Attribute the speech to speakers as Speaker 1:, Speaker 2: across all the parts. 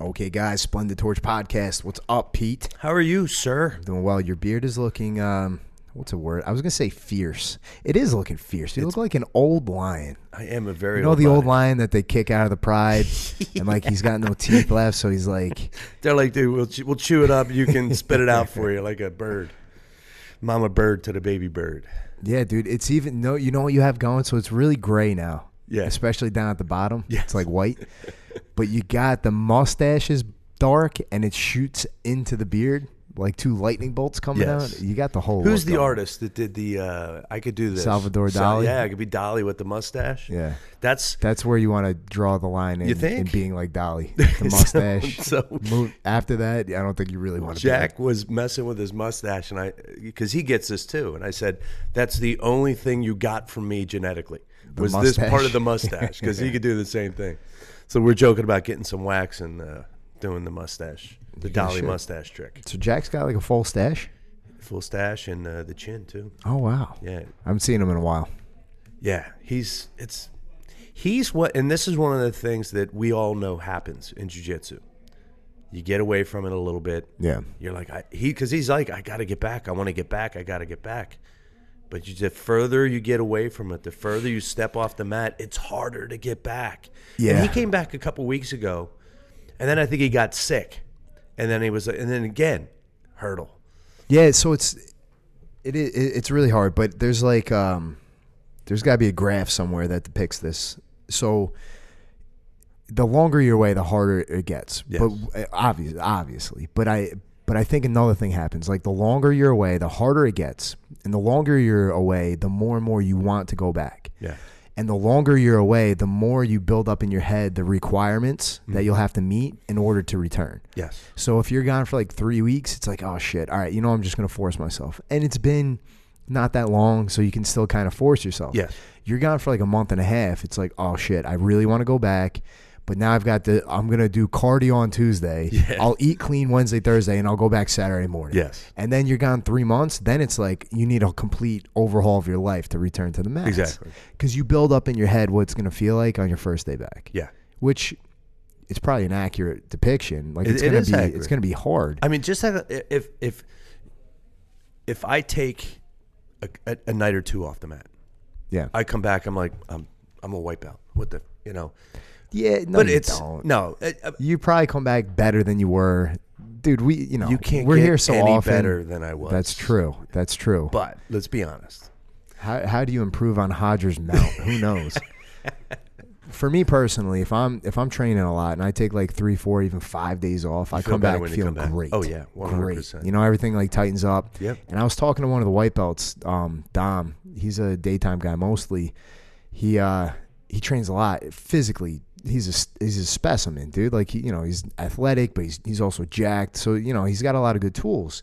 Speaker 1: Okay, guys, Splendid Torch Podcast. What's up, Pete?
Speaker 2: How are you, sir?
Speaker 1: Doing well. Your beard is looking, um, what's a word? I was going to say fierce. It is looking fierce. You look like an old lion.
Speaker 2: I am a very
Speaker 1: You know
Speaker 2: old
Speaker 1: the old
Speaker 2: man.
Speaker 1: lion that they kick out of the pride? And, like, he's got no teeth left, so he's like,
Speaker 2: They're like, dude, we'll, che- we'll chew it up. You can spit it out for you like a bird. Mama bird to the baby bird.
Speaker 1: yeah, dude, it's even, no, you know what you have going? So it's really gray now.
Speaker 2: Yeah.
Speaker 1: Especially down at the bottom. Yeah. It's
Speaker 2: Yes.
Speaker 1: like white. but you got the mustache is dark and it shoots into the beard like two lightning bolts coming
Speaker 2: Yes.
Speaker 1: out. You got the whole
Speaker 2: Who's
Speaker 1: look
Speaker 2: the
Speaker 1: going.
Speaker 2: artist that did the? Uh, I could do this.
Speaker 1: Salvador Dali?
Speaker 2: yeah, I could be Dolly with the mustache.
Speaker 1: Yeah.
Speaker 2: that's
Speaker 1: That's where you want to draw the line in,
Speaker 2: You think?
Speaker 1: in being like Dolly, the mustache.
Speaker 2: So-
Speaker 1: Mo- after that, I don't think you really want to.
Speaker 2: Jack was messing with his mustache, and I because he gets this too, and I said that's the only thing you got from me genetically was this part
Speaker 1: mustache.
Speaker 2: of the mustache because he could do the same thing. So we're joking about getting some wax and uh, doing the mustache, the Dolly
Speaker 1: should.
Speaker 2: mustache trick,
Speaker 1: So Jack's got like a full stash.
Speaker 2: full stash and uh, the chin too.
Speaker 1: Oh wow!
Speaker 2: Yeah,
Speaker 1: I haven't seen him in a while.
Speaker 2: Yeah, he's it's he's what and this is one of the things that we all know happens in jiu-jitsu. You get away from it a little bit.
Speaker 1: Yeah.
Speaker 2: You're like I he cuz he's like I got to get back. I want to get back. I got to get back. But you, the further you get away from it, the further you step off the mat, it's harder to get back. And
Speaker 1: Yeah.
Speaker 2: he came back a couple weeks ago, and then I think he got sick, and then he was, and then again, hurdle.
Speaker 1: Yeah, so it's it, it it's really hard, but there's like um there's got to be a graph somewhere that depicts this. So the longer you're away, the harder it gets.
Speaker 2: Yes.
Speaker 1: But obviously, obviously, but I but I think another thing happens. Like the longer you're away, the harder it gets, and the longer you're away, the more and more you want to go back.
Speaker 2: Yeah.
Speaker 1: And the longer you're away, the more you build up in your head the requirements
Speaker 2: Mm-hmm.
Speaker 1: that you'll have to meet in order to return.
Speaker 2: Yes.
Speaker 1: So if you're gone for like three weeks, it's like, oh shit, all right, you know, I'm just going to force myself. And it's been not that long, so you can still kind of force yourself.
Speaker 2: Yes.
Speaker 1: You're gone for like a month and a half. It's like, oh shit, I really want to go back. But now I've got the, I'm going to do cardio on Tuesday.
Speaker 2: Yeah.
Speaker 1: I'll eat clean Wednesday, Thursday, and I'll go back Saturday morning.
Speaker 2: Yes.
Speaker 1: And then you're gone three months. Then it's like you need a complete overhaul of your life to return to the mat.
Speaker 2: Exactly.
Speaker 1: Because you build up in your head what it's going to feel like on your first day back
Speaker 2: Yeah.
Speaker 1: which it's probably an accurate depiction. Like
Speaker 2: It-
Speaker 1: it's
Speaker 2: it
Speaker 1: gonna
Speaker 2: is
Speaker 1: be it's
Speaker 2: accurate.
Speaker 1: gonna be hard.
Speaker 2: I mean, just have a, if if if I take a, a, a night or two off the mat,
Speaker 1: yeah,
Speaker 2: I come back. I'm like, I'm I'm a wipeout. What the you know?
Speaker 1: yeah. No,
Speaker 2: but
Speaker 1: you
Speaker 2: it's
Speaker 1: don't.
Speaker 2: no. it- uh,
Speaker 1: You probably come back better than you were, dude. We you know
Speaker 2: you can't.
Speaker 1: We're
Speaker 2: get
Speaker 1: here so
Speaker 2: any
Speaker 1: often.
Speaker 2: better than I was.
Speaker 1: That's true. That's true.
Speaker 2: But let's be honest.
Speaker 1: how how do you improve on Hodger's mount? Who knows. For me personally, if I'm if I'm training a lot and I take like three, four, even five days off, I
Speaker 2: feel
Speaker 1: come
Speaker 2: better
Speaker 1: back
Speaker 2: when you
Speaker 1: feeling
Speaker 2: come back.
Speaker 1: great.
Speaker 2: Oh, yeah, 100%.
Speaker 1: great. You know everything like tightens up.
Speaker 2: Yep.
Speaker 1: And I was talking to one of the white belts, um, Dom. He's a daytime guy mostly. He uh, he trains a lot physically. He's a s- he's a specimen, dude. Like he, you know, he's athletic, but he's he's also jacked. So you know, he's got a lot of good tools.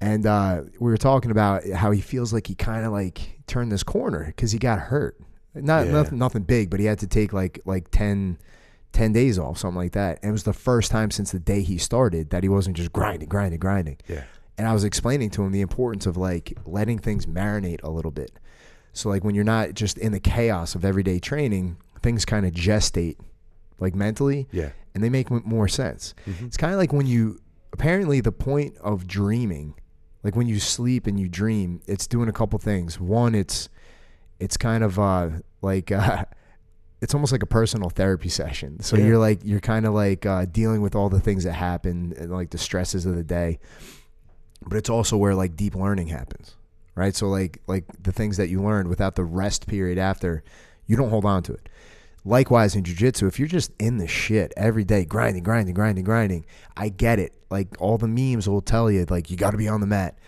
Speaker 1: And uh, we were talking about how he feels like he kind of like turned this corner because he got hurt. Not
Speaker 2: Yeah.
Speaker 1: nothing, nothing big, but he had to take like like 10, 10 days off, something like that. And it was the first time since the day he started that he wasn't just grinding, grinding, grinding.
Speaker 2: Yeah.
Speaker 1: And I was explaining to him the importance of like letting things marinate a little bit. So like when you're not just in the chaos of everyday training, things kind of gestate, like mentally
Speaker 2: Yeah.
Speaker 1: and they make m- more sense. It's kind of like when you apparently the point of dreaming, like when you sleep and you dream, it's doing a couple things. One, it's it's kind of uh like uh it's almost like a personal therapy session. So
Speaker 2: Yeah.
Speaker 1: you're like you're kind of like uh dealing with all the things that happen and like the stresses of the day. But it's also where like deep learning happens. Right? So like like the things that you learned without the rest period after, you don't hold on to it. Likewise in jujitsu, if you're just in the shit every day, grinding, grinding, grinding, grinding, I get it. Like all the memes will tell you, like you got to be on the mat.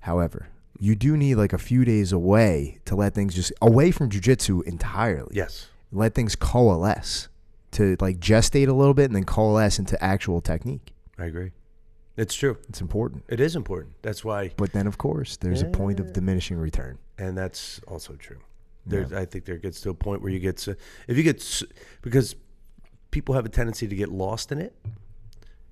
Speaker 1: However, you do need like a few days away to let things just away from jujitsu entirely.
Speaker 2: Yes.
Speaker 1: Let things coalesce to like gestate a little bit and then coalesce into actual technique.
Speaker 2: I agree. It's true.
Speaker 1: It's important.
Speaker 2: It is important. That's why,
Speaker 1: But then, of course, there's a point of diminishing return.
Speaker 2: and that's also true. There's, I think there gets to a point where you get s- if you get s- because people have a tendency to get lost in it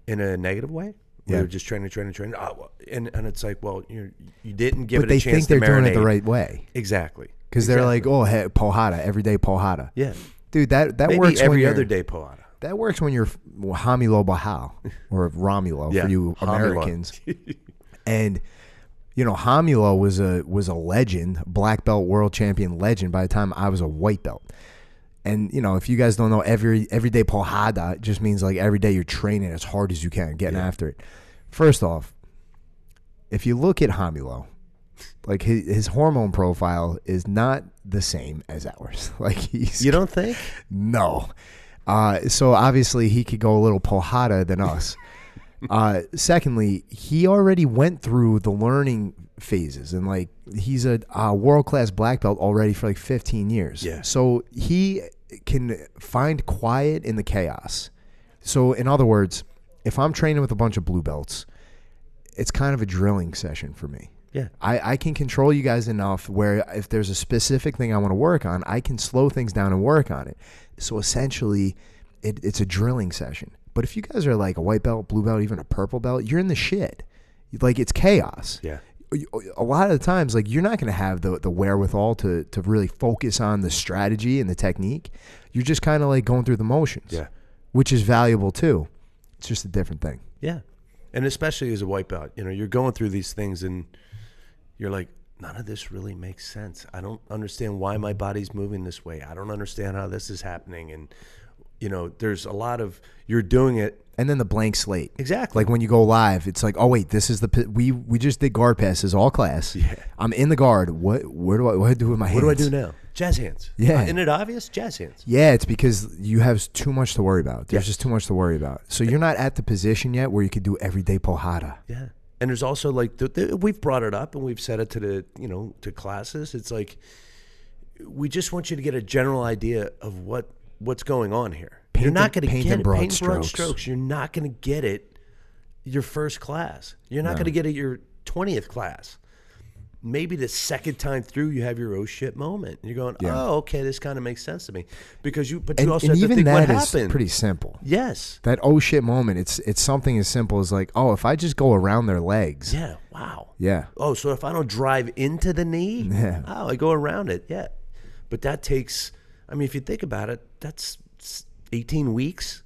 Speaker 2: in a negative way.
Speaker 1: Yeah.
Speaker 2: Yeah. They're just training, training, training. Oh, well, and and it's like, well, you you didn't give
Speaker 1: but
Speaker 2: it
Speaker 1: they
Speaker 2: a chance
Speaker 1: think they're
Speaker 2: to
Speaker 1: doing it
Speaker 2: marinate.
Speaker 1: the right way
Speaker 2: Exactly.
Speaker 1: because they're like, oh, hey, Pohada, everyday Pohada.
Speaker 2: yeah,
Speaker 1: Dude, that, that
Speaker 2: maybe
Speaker 1: works when
Speaker 2: every
Speaker 1: you're-
Speaker 2: other day poada.
Speaker 1: That works when you're f- Hamilo Bahal or Romulo
Speaker 2: Yeah,
Speaker 1: for you
Speaker 2: Hamilo.
Speaker 1: Americans. and you know, Hamulo was a was a legend, black belt world champion legend by the time I was a white belt. And you know, if you guys don't know, every everyday pohada just means like every day you're training as hard as you can, getting after it. First off, if you look at Hamulo, like his, his hormone profile is not the same as ours. Like he's
Speaker 2: You don't think?
Speaker 1: no. Uh, so obviously he could go a little pohada than us. uh, secondly, he already went through the learning phases and like he's a uh, world class black belt already for like 15 years.
Speaker 2: Yeah.
Speaker 1: So he can find quiet in the chaos. So in other words, if I'm training with a bunch of blue belts, it's kind of a drilling session for me.
Speaker 2: Yeah.
Speaker 1: I, I can control you guys enough where if there's a specific thing I want to work on, I can slow things down and work on it. So essentially, it, it's a drilling session. But if you guys are like a white belt, blue belt, even a purple belt, you're in the shit. Like it's chaos.
Speaker 2: Yeah.
Speaker 1: You- A lot of the times, like you're not going to have the the wherewithal to to really focus on the strategy and the technique. You're just kind of like going through the motions.
Speaker 2: Yeah.
Speaker 1: which is valuable too. It's just a different thing.
Speaker 2: Yeah. And especially as a white belt, you know, you're going through these things and you're like, none of this really makes sense. I don't understand why my body's moving this way. I don't understand how this is happening. And, you know, there's a lot of, you're doing it
Speaker 1: And then the blank slate.
Speaker 2: exactly.
Speaker 1: Like when you go live, it's like, oh wait, this is the pi- we we just did guard passes all class.
Speaker 2: Yeah.
Speaker 1: I'm in the guard. What where do I what do I do with my
Speaker 2: what
Speaker 1: hands?
Speaker 2: do I do now? Jazz hands.
Speaker 1: Yeah.
Speaker 2: Uh, isn't it obvious? Jazz hands.
Speaker 1: Yeah, it's because you have s- too much to worry about. There's
Speaker 2: Yes.
Speaker 1: just too much to worry about. So you're not at the position yet where you could do everyday pohada.
Speaker 2: Yeah. And there's also like the, the, we've brought it up and we've said it to the you know to classes. It's like we just want you to get a general idea of what what's going on here. you're
Speaker 1: Paint
Speaker 2: not
Speaker 1: in-
Speaker 2: going to
Speaker 1: paint
Speaker 2: get
Speaker 1: in
Speaker 2: it.
Speaker 1: broad
Speaker 2: paint in broad
Speaker 1: strokes.
Speaker 2: strokes. You're not going to get it your first class. You're not going to get it your twentieth class. Maybe the second time through, you have your oh shit moment. And you're going, oh okay, this kind of makes sense to me because you. But you
Speaker 1: And,
Speaker 2: also
Speaker 1: and
Speaker 2: have to
Speaker 1: even
Speaker 2: think
Speaker 1: that
Speaker 2: what
Speaker 1: is
Speaker 2: happened.
Speaker 1: pretty simple.
Speaker 2: yes.
Speaker 1: That oh shit moment, it's it's something as simple as like, oh, if I just go around their legs.
Speaker 2: Yeah. Wow.
Speaker 1: Yeah.
Speaker 2: Oh, so if I don't drive into the knee,
Speaker 1: Yeah.
Speaker 2: oh, I go around it. Yeah. But that takes, I mean, if you think about it, that's s- 18 weeks.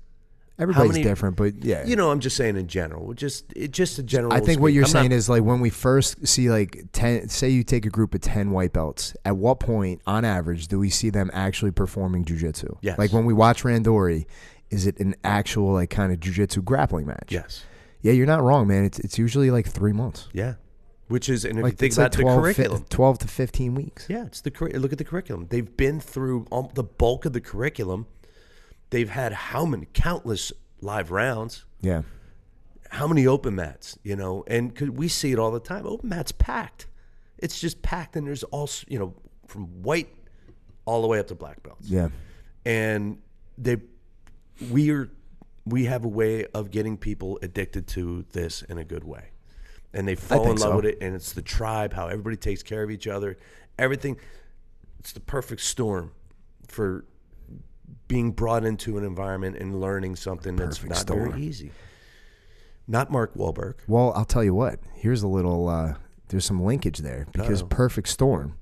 Speaker 1: Everybody's
Speaker 2: many-
Speaker 1: different, but yeah.
Speaker 2: You know, I'm just saying in general, just it, just a general.
Speaker 1: I think what
Speaker 2: speak.
Speaker 1: you're
Speaker 2: I'm
Speaker 1: saying
Speaker 2: not-
Speaker 1: is like when we first see like ten. Say you take a group of ten white belts. At what point, on average, do we see them actually performing jujitsu?
Speaker 2: Yes.
Speaker 1: Like when we watch Randori, is it an actual like kind of jujitsu grappling match?
Speaker 2: Yes.
Speaker 1: Yeah, you're not wrong, man. It's it's usually like three months.
Speaker 2: Yeah. Which is, and if
Speaker 1: Like
Speaker 2: you think
Speaker 1: it's
Speaker 2: about
Speaker 1: like 12,
Speaker 2: the
Speaker 1: fi-
Speaker 2: curriculum.
Speaker 1: 12 to fifteen weeks.
Speaker 2: Yeah, it's the curri- look at the curriculum. They've been through all, the bulk of the curriculum. They've had how many countless live rounds,
Speaker 1: Yeah.
Speaker 2: how many open mats, you know, and could we see it all the time. Open mats packed. It's just packed, and there's all s- you know from white all the way up to black belts,
Speaker 1: Yeah.
Speaker 2: and they we are we have a way of getting people addicted to this in a good way, and they fall in
Speaker 1: think
Speaker 2: love
Speaker 1: so.
Speaker 2: with it, and it's the tribe, how everybody takes care of each other, everything. It's the perfect storm for being brought into an environment and learning something
Speaker 1: Perfect
Speaker 2: that's not
Speaker 1: storm.
Speaker 2: very easy. Not Mark Wahlberg.
Speaker 1: Well, I'll tell you what. Here's a little. uh There's some linkage there because Perfect Storm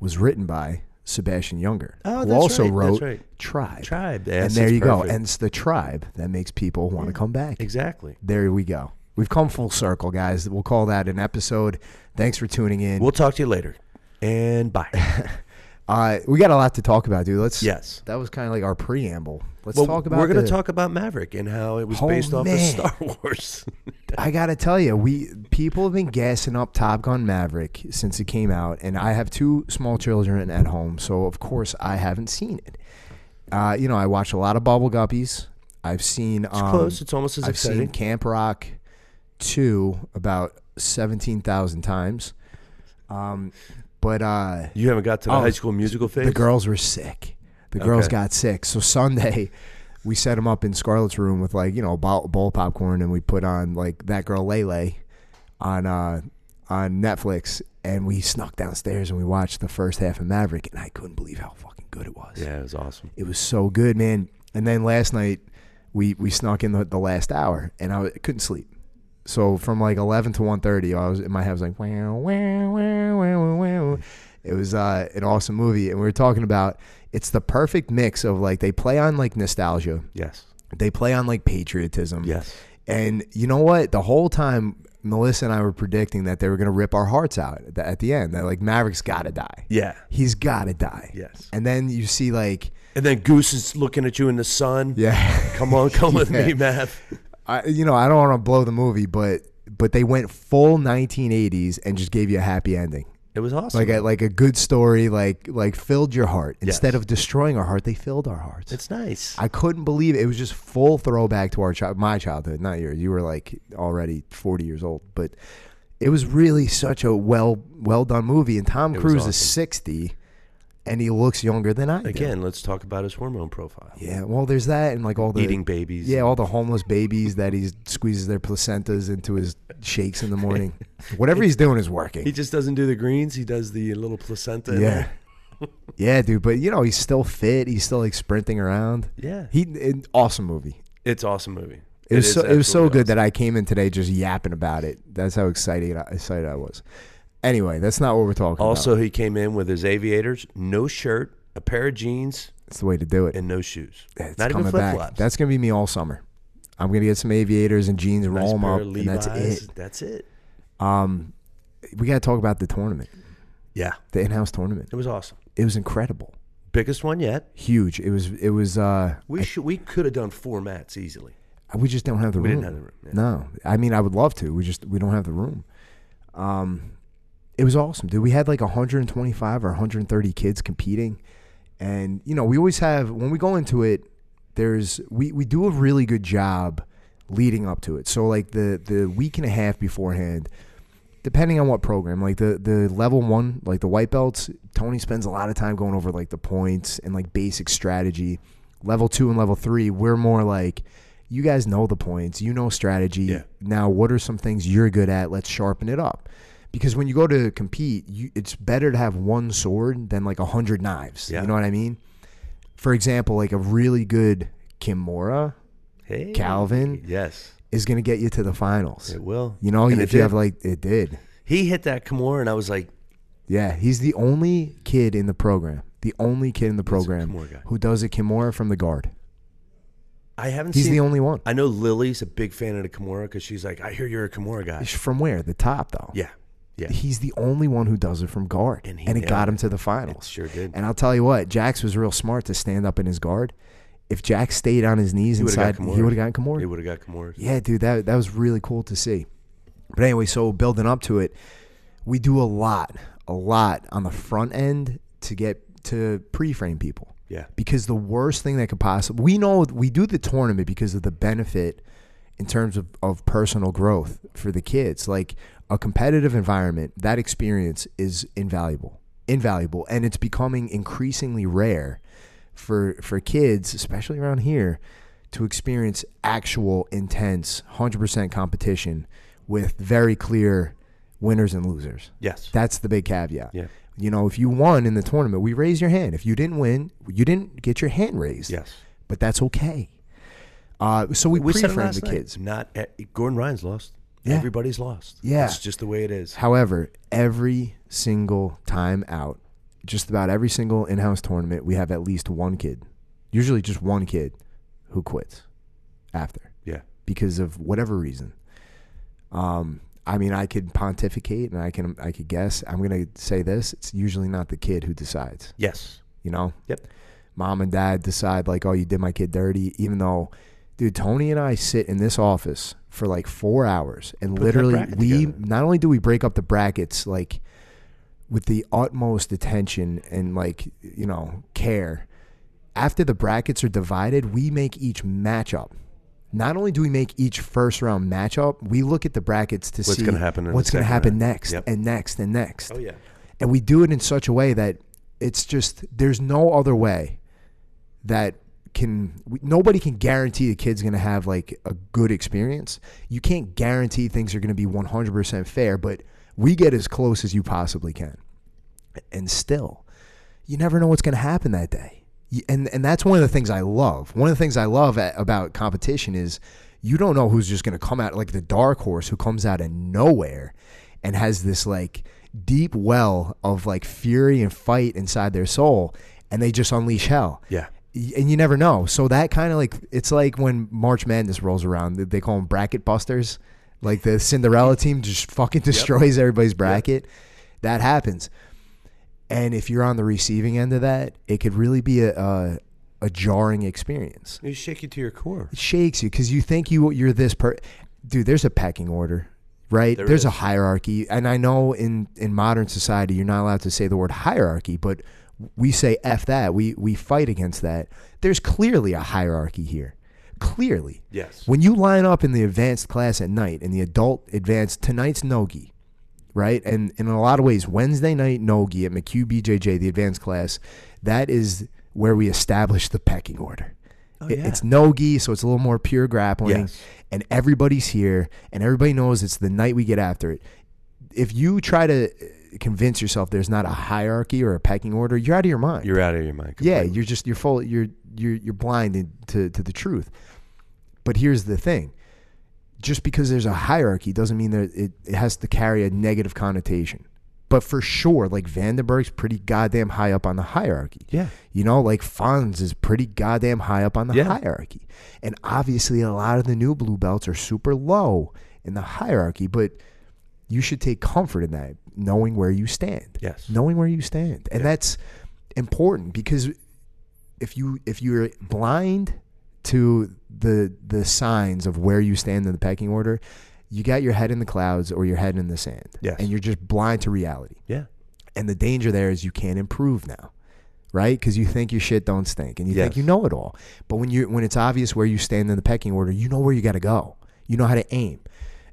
Speaker 1: was written by Sebastian Younger,
Speaker 2: Oh,
Speaker 1: who
Speaker 2: that's
Speaker 1: also
Speaker 2: right, that's
Speaker 1: wrote
Speaker 2: right.
Speaker 1: Tribe.
Speaker 2: Tribe.
Speaker 1: and
Speaker 2: Yes,
Speaker 1: there
Speaker 2: it's
Speaker 1: you go.
Speaker 2: perfect. Mm.
Speaker 1: And it's the tribe that makes people want to come back.
Speaker 2: exactly.
Speaker 1: There we go. We've come full circle, guys. We'll call that an episode. Thanks for tuning in.
Speaker 2: We'll talk to you later. And bye.
Speaker 1: uh, we got a lot to talk about, dude. Let's.
Speaker 2: yes.
Speaker 1: That was kind of like our preamble. Let's
Speaker 2: Well,
Speaker 1: talk about.
Speaker 2: we're going
Speaker 1: the-
Speaker 2: to talk about Maverick and how it was
Speaker 1: Oh,
Speaker 2: based off of
Speaker 1: man.
Speaker 2: Star Wars.
Speaker 1: I gotta tell you, we people have been gassing up Top Gun Maverick since it came out, and I have two small children at home, so of course I haven't seen it. Uh, you know, I watch a lot of Bubble Guppies. I've seen. um,
Speaker 2: Close. It's almost as
Speaker 1: I've seen
Speaker 2: exciting.
Speaker 1: Camp Rock 2 about 17,000 times. Um, but uh,
Speaker 2: You haven't got to the
Speaker 1: Oh,
Speaker 2: high school musical phase?
Speaker 1: the girls were sick. The girls
Speaker 2: Okay.
Speaker 1: got sick. So Sunday, we set them up in Scarlett's room with like, you know, a bowl, bowl of popcorn and we put on like That Girl Lele on, uh, on Netflix. And we snuck downstairs and we watched the first half of Maverick, and I couldn't believe how fucking good it was.
Speaker 2: Yeah, it was awesome.
Speaker 1: It was so good, man. And then last night, we we snuck in the, the last hour, and I w- couldn't sleep. So from like eleven to 1.30, I was in my head I was like, wow, wow, wow, wow, wow. It was uh, an awesome movie, and we were talking about it's the perfect mix of like they play on like nostalgia,
Speaker 2: Yes.
Speaker 1: They play on like patriotism.
Speaker 2: Yes.
Speaker 1: And you know what? The whole time, Melissa and I were predicting that they were going to rip our hearts out at the, at the end. That like Maverick's got to die.
Speaker 2: Yeah.
Speaker 1: He's got to die.
Speaker 2: Yes.
Speaker 1: And then you see like,
Speaker 2: And then Goose is looking at you in the sun.
Speaker 1: yeah,
Speaker 2: Come on, come with
Speaker 1: Yeah.
Speaker 2: me, Matt.
Speaker 1: I, you know, I don't want to blow the movie, but but they went full 1980s and just gave you a happy ending.
Speaker 2: It was awesome.
Speaker 1: Like uh, a, like a good story, like like filled your heart
Speaker 2: Yes.
Speaker 1: instead of destroying our heart. They filled our hearts.
Speaker 2: it's nice.
Speaker 1: I couldn't believe it. It was just full throwback to our child, my childhood, not yours. You were like already forty years old, but it was really such a well well done movie. And Tom
Speaker 2: It was
Speaker 1: Cruise
Speaker 2: awesome.
Speaker 1: is sixty, and he looks younger than I do.
Speaker 2: Again, let's talk about his hormone profile.
Speaker 1: Yeah. Well, there's that, and like all the
Speaker 2: Eating babies.
Speaker 1: Yeah, all the homeless babies that he squeezes their placentas into his shakes in the morning. Whatever he's doing is working.
Speaker 2: He just doesn't do the greens. He does the little placenta. in
Speaker 1: yeah.
Speaker 2: there.
Speaker 1: Yeah, dude, but you know he's still fit. He's still like sprinting around.
Speaker 2: Yeah.
Speaker 1: He an awesome movie.
Speaker 2: it's awesome movie.
Speaker 1: It, was
Speaker 2: is
Speaker 1: so it was so
Speaker 2: absolutely
Speaker 1: good that I came in today just yapping about it. That's how excited I, excited I was. Anyway, that's not what we're talking about.
Speaker 2: Also, he came in with his aviators, no shirt, a pair of jeans,
Speaker 1: it's the way to do it.
Speaker 2: and no shoes.
Speaker 1: It's
Speaker 2: Not even
Speaker 1: coming
Speaker 2: flip
Speaker 1: back.
Speaker 2: flops.
Speaker 1: That's gonna be me all summer. I'm gonna get some aviators and jeans and roll them up, and that's it.
Speaker 2: That's it.
Speaker 1: Um, we gotta talk about the tournament,
Speaker 2: Yeah,
Speaker 1: the in-house tournament.
Speaker 2: it was awesome.
Speaker 1: It was incredible,
Speaker 2: Biggest one yet.
Speaker 1: huge. It was. It was. Uh,
Speaker 2: We should. We could have done four mats easily.
Speaker 1: we just don't have the
Speaker 2: We
Speaker 1: room.
Speaker 2: didn't have the room. Yeah.
Speaker 1: No, I mean I would love to. We just we don't have the room. Um, it was awesome, dude. We had like 125 or 130 kids competing, and you know we always have when we go into it. There's we we do a really good job leading up to it. So like the the week and a half beforehand, depending on what program, like the the level one, like the white belts, Tony spends a lot of time going over like the points and like basic strategy. Level two and level three, we're more like, you guys know the points, you know strategy.
Speaker 2: Yeah.
Speaker 1: Now, what are some things you're good at? Let's sharpen it up. Because when you go to compete, you, it's better to have one sword than like a hundred knives.
Speaker 2: Yeah.
Speaker 1: You know what I mean? For example, like a really good Kimura
Speaker 2: Hey,
Speaker 1: Calvin?
Speaker 2: Yes,
Speaker 1: is going to get you to the finals.
Speaker 2: it will.
Speaker 1: You know,
Speaker 2: And
Speaker 1: if
Speaker 2: it
Speaker 1: you
Speaker 2: did.
Speaker 1: have like it did.
Speaker 2: he hit that Kimura, and I was like,
Speaker 1: Yeah, he's the only kid in the program, the only kid in the program
Speaker 2: Kimura guy.
Speaker 1: who does a Kimura from the guard.
Speaker 2: I haven't
Speaker 1: He's
Speaker 2: seen.
Speaker 1: the only one.
Speaker 2: I know Lily's a big fan of the Kimura because she's like, I hear you're a Kimura guy.
Speaker 1: From where? The top though.
Speaker 2: Yeah, yeah.
Speaker 1: He's the only one who does it from guard, and,
Speaker 2: And he
Speaker 1: it
Speaker 2: nailed
Speaker 1: got
Speaker 2: it.
Speaker 1: him to the finals.
Speaker 2: sure did.
Speaker 1: And I'll tell you what, Jax was real smart to stand up in his guard. If Jax stayed on his knees
Speaker 2: would've got
Speaker 1: inside,
Speaker 2: Kimura.
Speaker 1: he would have gotten Kimura.
Speaker 2: He would have got Kimura.
Speaker 1: Yeah, dude, that that was really cool to see. But anyway, so building up to it, we do a lot, a lot on the front end to get to pre-frame people.
Speaker 2: Yeah.
Speaker 1: Because the worst thing that could possibly we know we do the tournament because of the benefit in terms of, of personal growth for the kids. Like a competitive environment, that experience is invaluable. Invaluable. And it's becoming increasingly rare for for kids, especially around here, to experience actual intense 100% competition with very clear winners and losers.
Speaker 2: Yes.
Speaker 1: That's the big caveat.
Speaker 2: Yeah.
Speaker 1: You know, if you won in the tournament, we raise your hand. If you didn't win, you didn't get your hand raised.
Speaker 2: yes.
Speaker 1: But that's okay. Uh, so we,
Speaker 2: We said it
Speaker 1: pre-frame
Speaker 2: last
Speaker 1: the
Speaker 2: night.
Speaker 1: kids.
Speaker 2: Not at, Gordon Ryan's lost.
Speaker 1: Yeah.
Speaker 2: Everybody's lost.
Speaker 1: Yeah.
Speaker 2: It's just the way it is.
Speaker 1: However, every single time out, just about every single in-house tournament, we have at least one kid, usually just one kid, who quits after
Speaker 2: Yeah.
Speaker 1: because of whatever reason. Um, I mean, I could pontificate and I can I could guess. I'm gonna say this: it's usually not the kid who decides.
Speaker 2: Yes.
Speaker 1: You know,
Speaker 2: Yep.
Speaker 1: mom and dad decide like, oh, you did my kid dirty, even though. Dude, Tony and I sit in this office for like four hours, and
Speaker 2: that
Speaker 1: literally,
Speaker 2: bracket
Speaker 1: we
Speaker 2: together.
Speaker 1: not only do we break up the brackets like with the utmost attention and like you know care. After the brackets are divided, we make each matchup. Not only do we make each first round matchup, we look at the brackets to
Speaker 2: What's
Speaker 1: see
Speaker 2: gonna happen in the
Speaker 1: what's going to
Speaker 2: second
Speaker 1: happen
Speaker 2: round.
Speaker 1: next
Speaker 2: Yep.
Speaker 1: and next and next
Speaker 2: Oh yeah.
Speaker 1: and we do it in such a way that it's just there's no other way that can we, nobody can guarantee the kid's going to have like a good experience. You can't guarantee things are going to be 100% fair, but we get as close as you possibly can. And still, you never know what's going to happen that day. You- And and that's one of the things I love. One of the things I love at, about competition is you don't know who's just going to come out like the dark horse who comes out of nowhere and has this like deep well of like fury and fight inside their soul and they just unleash hell.
Speaker 2: Yeah.
Speaker 1: y- and you never know. So that kind of like it's like when March Madness rolls around, they- they call them bracket busters. Like the Cinderella team just fucking destroys everybody's bracket. That happens. And if you're on the receiving end of that, it could really be a a, a jarring experience.
Speaker 2: You shake you to your core.
Speaker 1: It shakes you because you think you you're this per. Dude, there's a pecking order, right?
Speaker 2: There
Speaker 1: there's a
Speaker 2: is.
Speaker 1: hierarchy, and I know in in modern society you're not allowed to say the word hierarchy, but we say f that. We we fight against that. There's clearly a hierarchy here. Clearly,
Speaker 2: Yes.
Speaker 1: when you line up in the advanced class at night in the adult advanced tonight's nogi right and, and in a lot of ways wednesday night nogi at mchugh bjj the advanced class that is where we establish the pecking order
Speaker 2: Oh,
Speaker 1: It-
Speaker 2: yeah.
Speaker 1: it's nogi so it's a little more pure grappling
Speaker 2: Yes.
Speaker 1: and everybody's here and everybody knows it's the night we get after it if you try to uh, convince yourself there's not a hierarchy or a pecking order you're out of your mind
Speaker 2: You're out of your mind.
Speaker 1: yeah,
Speaker 2: completely.
Speaker 1: you're just you're full you're you're you're blind to to the truth. But here's the thing: just because there's a hierarchy doesn't mean that it, it has to carry a negative connotation. But for sure, like Vandenberg's pretty goddamn high up on the hierarchy.
Speaker 2: Yeah.
Speaker 1: You know, like Fonz is pretty goddamn high up on the
Speaker 2: Yeah.
Speaker 1: hierarchy. And obviously, a lot of the new blue belts are super low in the hierarchy, but you should take comfort in that, knowing where you stand
Speaker 2: Yes.
Speaker 1: knowing where you stand and
Speaker 2: Yeah.
Speaker 1: that's important because if you if you're blind to the the signs of where you stand in the pecking order you got your head in the clouds or your head in the sand
Speaker 2: Yes.
Speaker 1: and you're just blind to reality
Speaker 2: Yeah.
Speaker 1: and the danger there is you can't improve now right because you think your shit don't stink and you think
Speaker 2: Yes.
Speaker 1: you know it all but when you when it's obvious where you stand in the pecking order you know where you got to go you know how to aim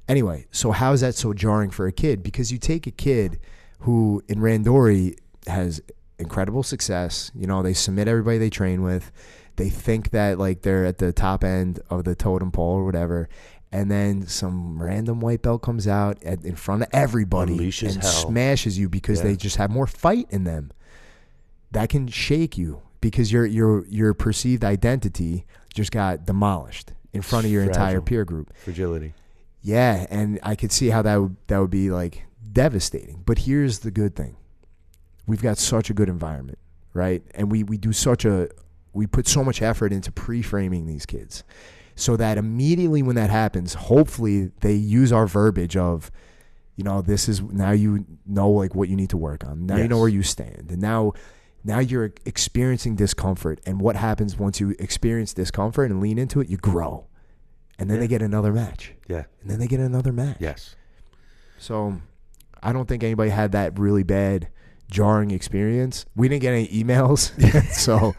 Speaker 1: anyway so how is that so jarring for a kid because you take a kid who in randori has incredible success you know they submit everybody they train with they think that like they're at the top end of the totem pole or whatever and then some random white belt comes out at, in front of everybody
Speaker 2: Unleashes
Speaker 1: and
Speaker 2: hell.
Speaker 1: smashes you because
Speaker 2: Yeah.
Speaker 1: they just have more fight in them. That can shake you because your your your perceived identity just got demolished in front of your entire
Speaker 2: Fragile.
Speaker 1: peer group.
Speaker 2: Fragility.
Speaker 1: Yeah, and I could see how that would that would be like devastating. But here's the good thing. We've got such a good environment, right? And we we do such a we put so much effort into pre-framing these kids so that immediately when that happens, hopefully they use our verbiage of you know, this is now you know like what you need to work on. Now you know
Speaker 2: Yes.
Speaker 1: where you stand. And now now you're experiencing discomfort and what happens once you experience discomfort and lean into it, you grow. And then they get another match
Speaker 2: Yeah.
Speaker 1: and then they get another match.
Speaker 2: Yes.
Speaker 1: So I don't think anybody had that really bad jarring experience. We didn't get any emails. so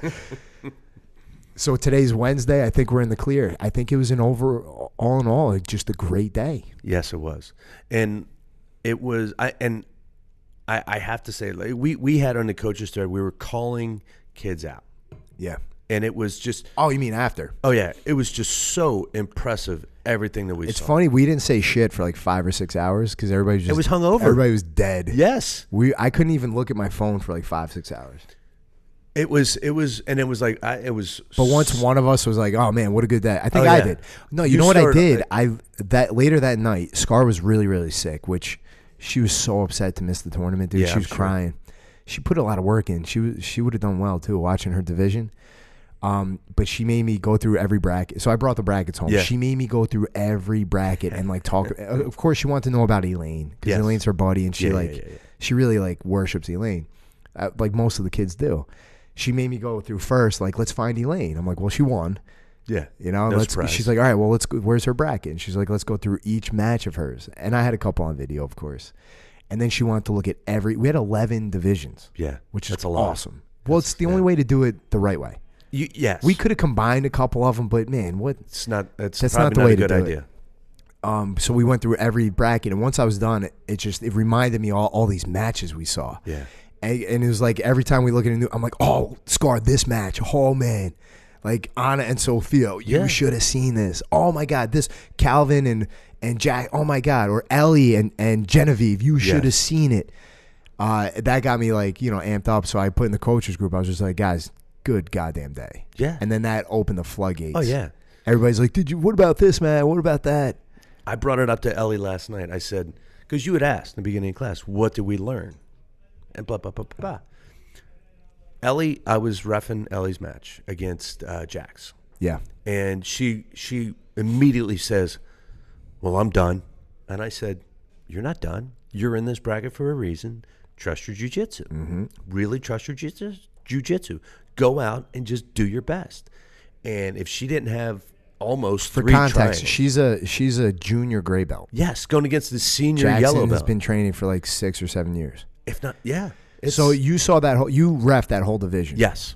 Speaker 1: so today's Wednesday. I think we're in the clear. I think it was an over all in all just a great day.
Speaker 2: Yes, it was, and it was. I and I, I have to say, like, we we had on the coaches thread, we were calling kids out,
Speaker 1: Yeah.
Speaker 2: and it was just.
Speaker 1: Oh, you mean after?
Speaker 2: Oh yeah, it was just so impressive. Everything that we
Speaker 1: It's
Speaker 2: saw.
Speaker 1: funny we didn't say shit for like five or six hours because everybody just
Speaker 2: It was hungover.
Speaker 1: Everybody was dead.
Speaker 2: Yes,
Speaker 1: We I couldn't even look at my phone for like five six hours.
Speaker 2: it was. It was, and it was like I, it was.
Speaker 1: But once one of us was like, "Oh man, what a good day!" I think
Speaker 2: Oh,
Speaker 1: I
Speaker 2: yeah.
Speaker 1: did. No, you,
Speaker 2: You
Speaker 1: know what I
Speaker 2: started-
Speaker 1: did? I that later that night, Scar was really really sick, which she was so upset to miss the tournament, dude.
Speaker 2: Yeah,
Speaker 1: she
Speaker 2: I'm
Speaker 1: was
Speaker 2: sure.
Speaker 1: crying. She put a lot of work in. She was she would have done well too, watching her division. Um, but she made me go through every bracket. So I brought the brackets home.
Speaker 2: Yeah.
Speaker 1: She made me go through every bracket and like talk. of course, she wanted to know about Elaine because
Speaker 2: Yes.
Speaker 1: Elaine's her buddy, and she
Speaker 2: Yeah, yeah,
Speaker 1: like
Speaker 2: yeah, yeah.
Speaker 1: she really like worships Elaine, uh, like most of the kids do. She made me go through first, like let's find Elaine. I'm like, well, she won,
Speaker 2: yeah,
Speaker 1: you know.
Speaker 2: No
Speaker 1: let's,
Speaker 2: surprise.
Speaker 1: she's like, all right, well, let's go, where's her bracket? And she's like, let's go through each match of hers. And I had a couple on video, of course. And then she wanted to look at every. We had 11 divisions,
Speaker 2: yeah,
Speaker 1: which is
Speaker 2: that's a lot.
Speaker 1: awesome. Well, it's the only way to do it the right way.
Speaker 2: You, yes,
Speaker 1: We could have combined a couple of them, but man, what
Speaker 2: It's not. That's,
Speaker 1: That's
Speaker 2: probably
Speaker 1: not the
Speaker 2: not
Speaker 1: way
Speaker 2: a
Speaker 1: to
Speaker 2: good
Speaker 1: do it.
Speaker 2: idea.
Speaker 1: um, so we went through every bracket, and once I was done, it, it just it reminded me all, all these matches we saw.
Speaker 2: Yeah.
Speaker 1: and, and it was like every time we look at a new, I'm like, oh, Scar, this match, oh man, like Anna and Sophia, you
Speaker 2: Yeah.
Speaker 1: should have seen this. Oh my God, this Calvin and and Jack, oh my God, or Ellie and and Genevieve, you should have
Speaker 2: Yes.
Speaker 1: seen it. Uh, that got me like you know amped up. So I put in the coaches group. I was just like, guys, good goddamn day.
Speaker 2: Yeah.
Speaker 1: and then that opened the floodgates.
Speaker 2: Oh yeah.
Speaker 1: Everybody's like, did you? What about this, man? What about that?
Speaker 2: I brought it up to Ellie last night. I said, because you had asked in the beginning of class, what did we learn? And blah, blah, blah, blah, blah. Ellie, I was refing Ellie's match against uh, Jax,
Speaker 1: Yeah.
Speaker 2: and she she immediately says, "Well, I'm done," and I said, "You're not done. You're in this bracket for a reason. Trust your jujitsu.
Speaker 1: Mm-hmm.
Speaker 2: Really trust your jiu- jujitsu. Go out and just do your best." And if she didn't have almost
Speaker 1: For
Speaker 2: three
Speaker 1: context,
Speaker 2: triangles-
Speaker 1: she's a she's a junior gray belt.
Speaker 2: yes, going against the senior
Speaker 1: Jackson
Speaker 2: yellow
Speaker 1: has
Speaker 2: belt,
Speaker 1: been training for like six or seven years.
Speaker 2: if not, yeah. It's,
Speaker 1: so you saw that whole you ref that whole division.
Speaker 2: yes,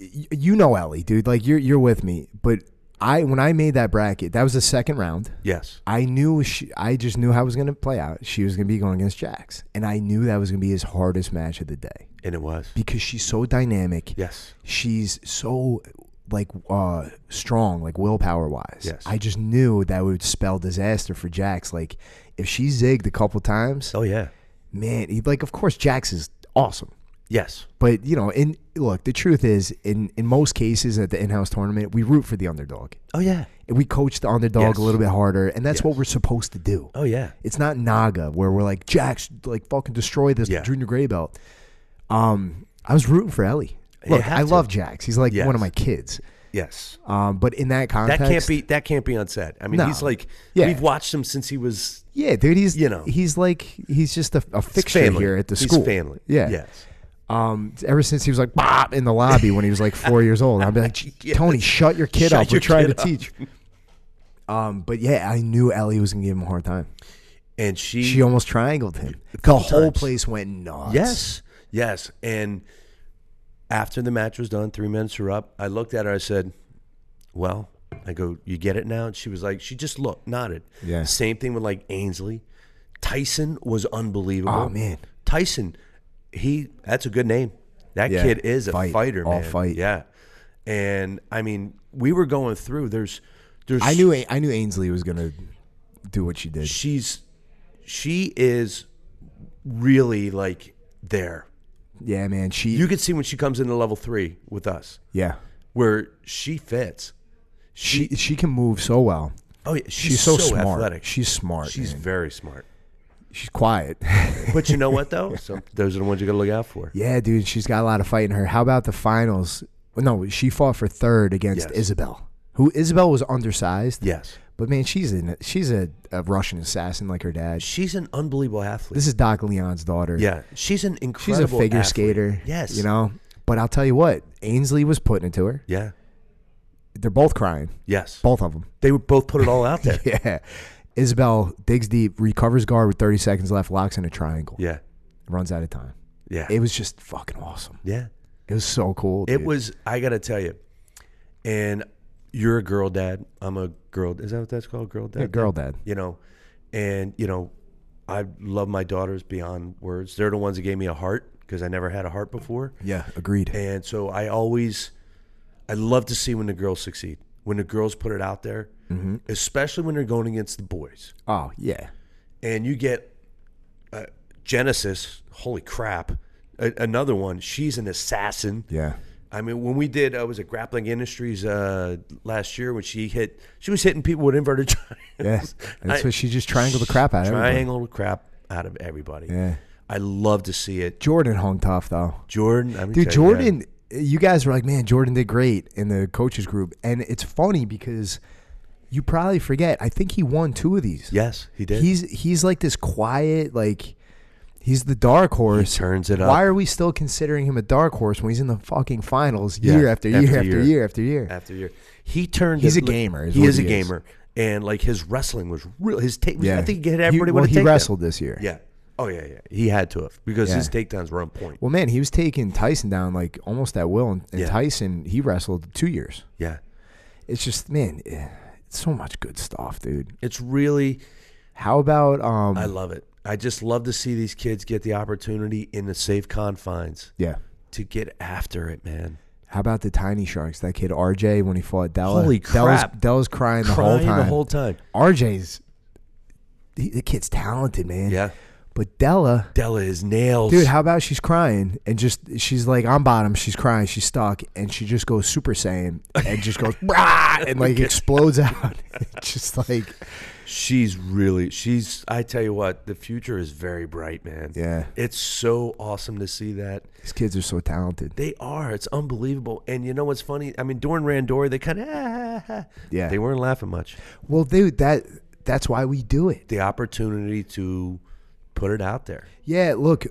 Speaker 1: Y- You know Ellie, dude. Like you're you're with me. But I when I made that bracket, that was the second round.
Speaker 2: yes,
Speaker 1: I knew she, I just knew how it was going to play out. She was going to be going against Jax, and I knew that was going to be his hardest match of the day
Speaker 2: and it was
Speaker 1: because she's so dynamic.
Speaker 2: yes.
Speaker 1: She's so like uh strong, like willpower wise.
Speaker 2: Yes.
Speaker 1: I just knew that would spell disaster for Jax. Like if she zigged a couple times,
Speaker 2: Oh yeah,
Speaker 1: man, he like of course Jax is awesome.
Speaker 2: yes.
Speaker 1: But you know, in look, the truth is, in in most cases at the in-house tournament, we root for the underdog.
Speaker 2: Oh yeah.
Speaker 1: And we coach the underdog
Speaker 2: Yes.
Speaker 1: a little bit harder, and that's what
Speaker 2: Yes.
Speaker 1: we're supposed to do.
Speaker 2: Oh yeah.
Speaker 1: It's not Naga where we're like Jax, like fucking destroy this
Speaker 2: Yeah.
Speaker 1: junior gray belt. Um, I was rooting for Ellie. Look,
Speaker 2: have
Speaker 1: I
Speaker 2: to.
Speaker 1: love Jax. He's like
Speaker 2: Yes.
Speaker 1: one of my kids.
Speaker 2: Yes.
Speaker 1: Um, but in that
Speaker 2: That
Speaker 1: context,
Speaker 2: can't be that can't be on set. I mean,
Speaker 1: No.
Speaker 2: he's like
Speaker 1: Yeah.
Speaker 2: we've watched him since he was
Speaker 1: Yeah, dude, he's
Speaker 2: You know.
Speaker 1: he's like he's just a, a
Speaker 2: his
Speaker 1: fixture
Speaker 2: family.
Speaker 1: here at the
Speaker 2: He's
Speaker 1: school.
Speaker 2: family.
Speaker 1: Yeah.
Speaker 2: Yes.
Speaker 1: Um, ever since he was like bop in the lobby when he was like four years old, I'd be like,
Speaker 2: Yes.
Speaker 1: Tony, shut your kid
Speaker 2: Shut
Speaker 1: up. We're
Speaker 2: your
Speaker 1: trying to
Speaker 2: kid up.
Speaker 1: teach. Um, but yeah, I knew Ellie was gonna give him a hard time.
Speaker 2: And she,
Speaker 1: She almost triangled him. The whole
Speaker 2: times.
Speaker 1: place went nuts.
Speaker 2: Yes. Yes. And after the match was done, three minutes were up. I looked at her, I said, Well, I go, You get it now? And she was like, she just looked, nodded.
Speaker 1: Yeah.
Speaker 2: Same thing with like Ainsley. Tyson was unbelievable.
Speaker 1: Oh, man.
Speaker 2: Tyson, he that's a good name. That
Speaker 1: Yeah.
Speaker 2: kid is a
Speaker 1: Fight.
Speaker 2: fighter,
Speaker 1: All
Speaker 2: man.
Speaker 1: fight.
Speaker 2: Yeah. And I mean, we were going through. There's there's
Speaker 1: I knew I knew Ainsley was gonna do what she did.
Speaker 2: she's she is really like there.
Speaker 1: Yeah, man. She.
Speaker 2: You can see when she comes into level three with us,
Speaker 1: yeah.
Speaker 2: where she fits.
Speaker 1: She she can move so well.
Speaker 2: Oh yeah, she's,
Speaker 1: She's, so, smart.
Speaker 2: athletic.
Speaker 1: She's smart.
Speaker 2: she's
Speaker 1: man.
Speaker 2: very smart.
Speaker 1: she's quiet.
Speaker 2: But you know what though? Some, those are the ones you got to look out for.
Speaker 1: yeah, dude. She's got a lot of fight in her. How about the finals? Well, No, she fought for third against
Speaker 2: Yes.
Speaker 1: Isabel, who Isabel was undersized.
Speaker 2: Yes,
Speaker 1: But man, she's an she's a, a Russian assassin like her dad.
Speaker 2: she's an unbelievable athlete.
Speaker 1: This is Doc Leon's daughter.
Speaker 2: yeah, she's an
Speaker 1: She's
Speaker 2: incredible.
Speaker 1: a figure
Speaker 2: athlete.
Speaker 1: skater.
Speaker 2: Yes,
Speaker 1: You know. But I'll tell you what, Ainsley was putting it to her.
Speaker 2: Yeah.
Speaker 1: They're both crying.
Speaker 2: Yes.
Speaker 1: Both of them.
Speaker 2: They would both put it all out there.
Speaker 1: Yeah. Isabel digs deep, recovers guard with 30 seconds left, locks in a triangle,
Speaker 2: yeah.
Speaker 1: runs out of time.
Speaker 2: Yeah.
Speaker 1: It was just fucking awesome.
Speaker 2: yeah.
Speaker 1: It was so cool.
Speaker 2: It
Speaker 1: dude.
Speaker 2: was. I gotta tell you, and you're a girl dad. I'm a girl. Is that what that's called? Girl dad.
Speaker 1: Yeah, girl dad.
Speaker 2: you know, and you know, I love my daughters beyond words. They're the ones that gave me a heart because I never had a heart before,
Speaker 1: Yeah, agreed.
Speaker 2: and so I always, I love to see when the girls succeed, when the girls put it out there, especially when they're going against the boys,
Speaker 1: oh, yeah.
Speaker 2: and you get uh, Genesis. Holy crap! A- another one. She's an assassin.
Speaker 1: Yeah.
Speaker 2: I mean, when we did, uh, was it Grappling Industries uh, last year when she hit, she was hitting people with inverted
Speaker 1: Yeah.
Speaker 2: triangles.
Speaker 1: That's
Speaker 2: I-
Speaker 1: what she just triangled the crap out of everybody.
Speaker 2: Triangle the crap out of everybody.
Speaker 1: Yeah.
Speaker 2: I love to see it.
Speaker 1: Jordan hung tough, though.
Speaker 2: Jordan, I mean,
Speaker 1: Dude, Jordan, you guys were like, man, Jordan did great in the coaches group. And it's funny because you probably forget. I think he won two of these.
Speaker 2: Yes, he did.
Speaker 1: He's he's like this quiet, like he's the dark horse.
Speaker 2: turns it up.
Speaker 1: Why are we still considering him a dark horse when he's in the fucking finals year
Speaker 2: Yeah,
Speaker 1: after year after,
Speaker 2: after
Speaker 1: year.
Speaker 2: year.
Speaker 1: after year?
Speaker 2: after year. He turned.
Speaker 1: He's
Speaker 2: it-
Speaker 1: a gamer, is
Speaker 2: He
Speaker 1: what
Speaker 2: is a
Speaker 1: he is.
Speaker 2: gamer, and like his wrestling was real. His take. was
Speaker 1: Yeah,
Speaker 2: I think he hit everybody.
Speaker 1: He, well,
Speaker 2: with a
Speaker 1: he
Speaker 2: takedown.
Speaker 1: wrestled this year.
Speaker 2: Yeah. Oh yeah, yeah. He had to have because
Speaker 1: Yeah.
Speaker 2: his takedowns were on point.
Speaker 1: Well, man, he was taking Tyson down like almost at will, and, and
Speaker 2: Yeah.
Speaker 1: Tyson he wrestled two years.
Speaker 2: Yeah.
Speaker 1: It's just man, eh, it's so much good stuff, dude.
Speaker 2: It's really.
Speaker 1: How about um?
Speaker 2: I love it. I just love to see these kids get the opportunity in the safe confines
Speaker 1: yeah.
Speaker 2: to get after it, man.
Speaker 1: How about the tiny sharks? That kid RJ when he fought Della.
Speaker 2: Holy
Speaker 1: Della's,
Speaker 2: crap.
Speaker 1: Della's crying the
Speaker 2: Crying
Speaker 1: whole time.
Speaker 2: the whole time.
Speaker 1: RJ's he, the kid's talented, man.
Speaker 2: Yeah.
Speaker 1: But Della,
Speaker 2: Della is nails.
Speaker 1: dude, how about she's crying and just she's like on bottom, she's crying, she's stuck, and she just goes Super Saiyan and just goes "Rah!" and like explodes out, just like
Speaker 2: she's really she's I tell you what, the future is very bright, man.
Speaker 1: yeah,
Speaker 2: It's so awesome to see that.
Speaker 1: these kids are so talented.
Speaker 2: They are. It's unbelievable. And you know what's funny? I mean, Dorn Randori, they kind of
Speaker 1: Yeah.
Speaker 2: They weren't laughing much.
Speaker 1: Well, dude, that that's why we do it.
Speaker 2: The opportunity to put it out there.
Speaker 1: Yeah, look,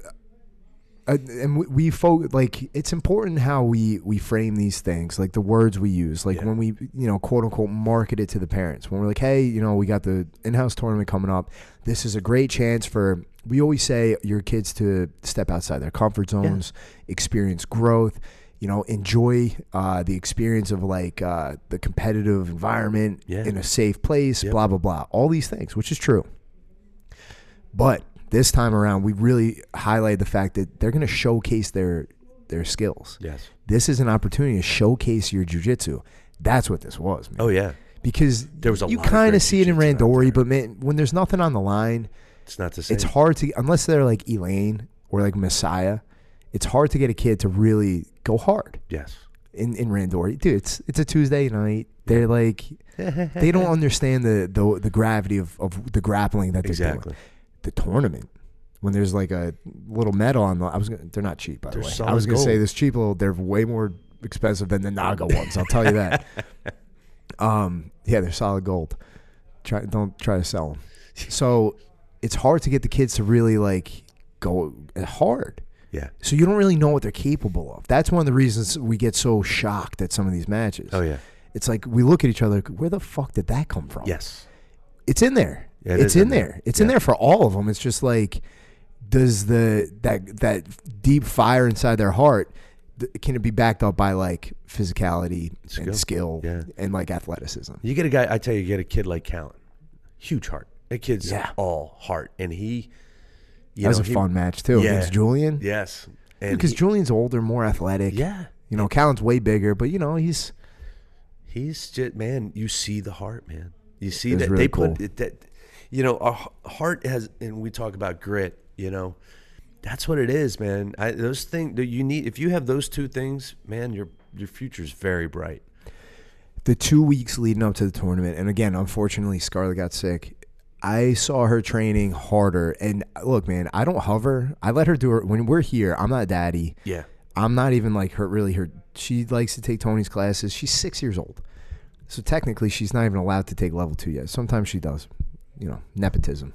Speaker 1: uh, and we, we fo- like it's important how we we frame these things, like the words we use, like
Speaker 2: Yeah.
Speaker 1: when we you know quote unquote market it to the parents. When we're like, hey, you know, we got the in-house tournament coming up. This is a great chance for. We always say your kids to step outside their comfort zones, experience growth. You know, enjoy uh, the experience of like uh, the competitive environment
Speaker 2: Yeah.
Speaker 1: in a safe place.
Speaker 2: Yep.
Speaker 1: Blah blah blah. All these things, which is true. But this time around, we really highlight the fact that they're going to showcase their their skills.
Speaker 2: Yes.
Speaker 1: This is an opportunity to showcase your jujitsu. That's what this was, man.
Speaker 2: Oh yeah.
Speaker 1: Because
Speaker 2: There was a
Speaker 1: you
Speaker 2: lot of
Speaker 1: kind
Speaker 2: great
Speaker 1: of see it in
Speaker 2: jujitsu out there.
Speaker 1: Randori, but man, when there's nothing on the line,
Speaker 2: It's not the same.
Speaker 1: it's hard to unless they're like Elaine or like Messiah. It's hard to get a kid to really go hard
Speaker 2: Yes.
Speaker 1: in in Randori, dude. It's it's a Tuesday night. They're like they don't understand the the, the gravity of, of the grappling that they're doing
Speaker 2: Exactly.
Speaker 1: the tournament when there's like a little medal on the. I was gonna, they're not cheap by
Speaker 2: They're
Speaker 1: the way. I
Speaker 2: solid
Speaker 1: was gonna say
Speaker 2: gold.
Speaker 1: this cheap little. They're way more expensive than the Naga ones. I'll tell you that. um, yeah, they're solid gold. Try don't try to sell them. So it's hard to get the kids to really like go hard.
Speaker 2: Yeah.
Speaker 1: So you don't really know what they're capable of. That's one of the reasons we get so shocked at some of these matches.
Speaker 2: Oh yeah.
Speaker 1: It's like we look at each other. like, Where the fuck did that come from?
Speaker 2: Yes.
Speaker 1: it's in there.
Speaker 2: Yeah, it
Speaker 1: it's
Speaker 2: is
Speaker 1: in
Speaker 2: in
Speaker 1: there.
Speaker 2: there.
Speaker 1: It's in
Speaker 2: Yeah.
Speaker 1: there for all of them. It's just like, does the that that deep fire inside their heart th- can it be backed up by like physicality
Speaker 2: Skill.
Speaker 1: and skill
Speaker 2: Yeah.
Speaker 1: and like athleticism?
Speaker 2: You get a guy, I tell you, you get a kid like Callan, huge heart. That kid's
Speaker 1: Yeah.
Speaker 2: all heart, and he. You
Speaker 1: That was
Speaker 2: know,
Speaker 1: a
Speaker 2: he-
Speaker 1: fun match too
Speaker 2: Yeah.
Speaker 1: against Julian.
Speaker 2: Yes, and
Speaker 1: because
Speaker 2: he-
Speaker 1: Julian's older, more athletic.
Speaker 2: yeah,
Speaker 1: you know, Callan's way bigger, but you know he's
Speaker 2: he's just man. You see the heart, man. You see
Speaker 1: It was
Speaker 2: that
Speaker 1: really
Speaker 2: they put
Speaker 1: cool.
Speaker 2: it, that. You know, our h- heart has, and we talk about grit. You know, that's what it is, man. I, those things that you need. If you have those two things, man, your your future's very bright.
Speaker 1: the two weeks leading up to the tournament, and again, unfortunately, Scarlett got sick. I saw her training harder, and look, man, I don't hover. I let her do her when we're here. I'm not daddy.
Speaker 2: Yeah,
Speaker 1: I'm not even like her really her she likes to take Tony's classes. She's six years old. So technically she's not even allowed to take level two yet. Sometimes she does. You know, nepotism.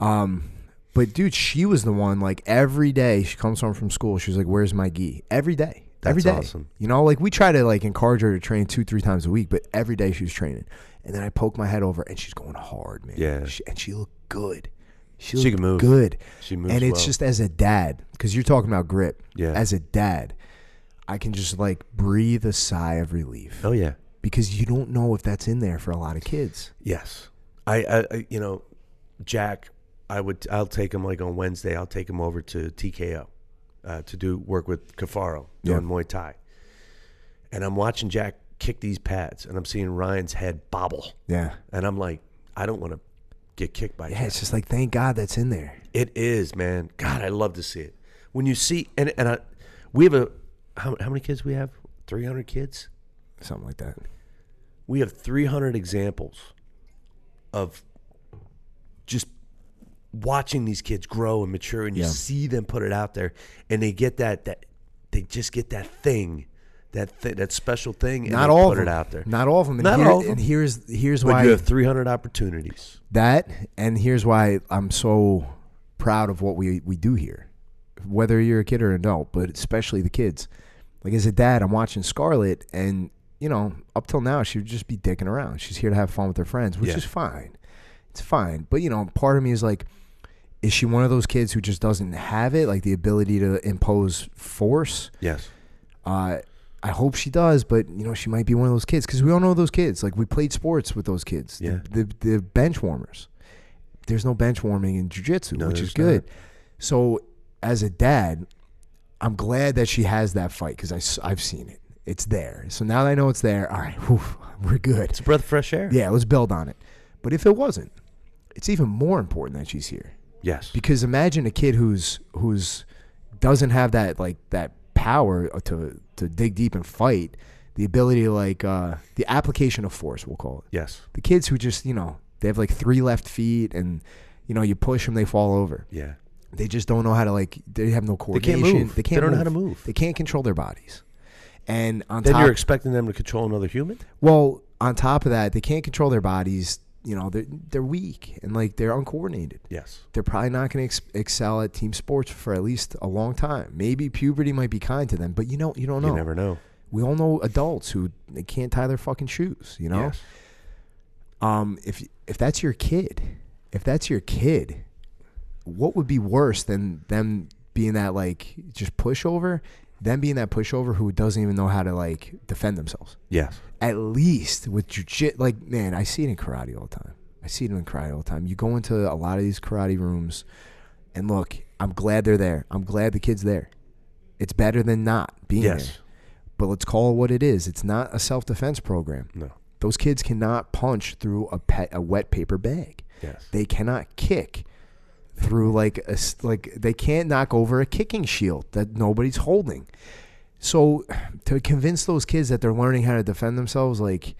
Speaker 1: um but dude, she was the one like every day she comes home from school, she's like, Where's my gi? Every day. every day.
Speaker 2: That's awesome.
Speaker 1: You know, like we try to like encourage her to train two, three times a week, but every day she was training. And then I poke my head over and she's going hard, man.
Speaker 2: Yeah.
Speaker 1: She, and she looked good. She,
Speaker 2: She
Speaker 1: looked
Speaker 2: can move.
Speaker 1: good
Speaker 2: she moves.
Speaker 1: and it's
Speaker 2: well.
Speaker 1: just as a dad because you're talking about grip
Speaker 2: Yeah.
Speaker 1: as a dad i can just like breathe a sigh of relief
Speaker 2: oh yeah.
Speaker 1: because you don't know if that's in there for a lot of kids
Speaker 2: Yes, I, I, I you know, Jack, I would I'll take him like on Wednesday. I'll take him over to TKO uh, to do work with Kafaro
Speaker 1: Yeah.
Speaker 2: doing Muay Thai, and I'm watching Jack kick these pads, and I'm seeing Ryan's head bobble,
Speaker 1: yeah
Speaker 2: and I'm like, I don't want to get kicked by
Speaker 1: yeah
Speaker 2: Jack.
Speaker 1: it's just like thank god that's in there
Speaker 2: It is, man. God, I love to see it when you see and and I, we have a how, how many kids we have? Three hundred kids.
Speaker 1: something like that
Speaker 2: we have 300 examples of just watching these kids grow and mature and you
Speaker 1: Yeah.
Speaker 2: see them put it out there and they get that that they just get that thing that th- that special thing and
Speaker 1: not
Speaker 2: they
Speaker 1: all
Speaker 2: put
Speaker 1: of them.
Speaker 2: it out there
Speaker 1: not all of them and,
Speaker 2: Not
Speaker 1: here-
Speaker 2: all of them.
Speaker 1: and here's here's
Speaker 2: but
Speaker 1: why
Speaker 2: you have 300 opportunities
Speaker 1: that and here's why i'm so proud of what we we do here whether you're a kid or an adult but especially the kids like as a dad i'm watching scarlett and you know up till now she would just be dicking around she's here to have fun with her friends which
Speaker 2: Yeah.
Speaker 1: is fine it's fine but you know part of me is like is she one of those kids who just doesn't have it like the ability to impose force
Speaker 2: yes
Speaker 1: uh, I hope she does, but you know she might be one of those kids because we all know those kids. Like we played sports with those kids.
Speaker 2: Yeah.
Speaker 1: The, the, the bench warmers. There's no bench warming in jujitsu,
Speaker 2: No,
Speaker 1: which is
Speaker 2: there's
Speaker 1: good. So as a dad, I'm glad that she has that fight because I have seen it. It's there. So now that I know it's there, all right, whew, we're good.
Speaker 2: it's a breath of fresh air
Speaker 1: Yeah, let's build on it. But if it wasn't, it's even more important that she's here
Speaker 2: Yes.
Speaker 1: because imagine a kid who's who's doesn't have that like that power to to dig deep and fight the ability to like uh the application of force we'll call it
Speaker 2: Yes.
Speaker 1: the kids who just you know they have like three left feet and you know you push them they fall over
Speaker 2: Yeah.
Speaker 1: they just don't know how to like they have no
Speaker 2: can't
Speaker 1: coordination
Speaker 2: move. They don't know how to move.
Speaker 1: they can't control their bodies and on
Speaker 2: Then
Speaker 1: top
Speaker 2: you're expecting them to control another human?
Speaker 1: well, on top of that, they can't control their bodies. You know, they're they're weak and like they're uncoordinated.
Speaker 2: Yes.
Speaker 1: They're probably not going to ex- excel at team sports for at least a long time. Maybe puberty might be kind to them, but you know, you don't know.
Speaker 2: You never know.
Speaker 1: We all know adults who they can't tie their fucking shoes. You know,
Speaker 2: Yes.
Speaker 1: um, if if that's your kid, if that's your kid, what would be worse than them being that like just pushover, them being that pushover who doesn't even know how to like defend themselves?
Speaker 2: Yes.
Speaker 1: at least with jujit, like man, I see it in karate all the time. I see it in karate all the time. You go into a lot of these karate rooms, and look, I'm glad they're there. I'm glad the kid's there. It's better than not being there.
Speaker 2: Yes.
Speaker 1: But let's call it what it is. It's not a self defense program.
Speaker 2: No.
Speaker 1: Those kids cannot punch through a pet, a wet paper bag.
Speaker 2: Yes.
Speaker 1: They cannot kick through like a s- like they can't knock over a kicking shield that nobody's holding. So to convince those kids that they're learning how to defend themselves, like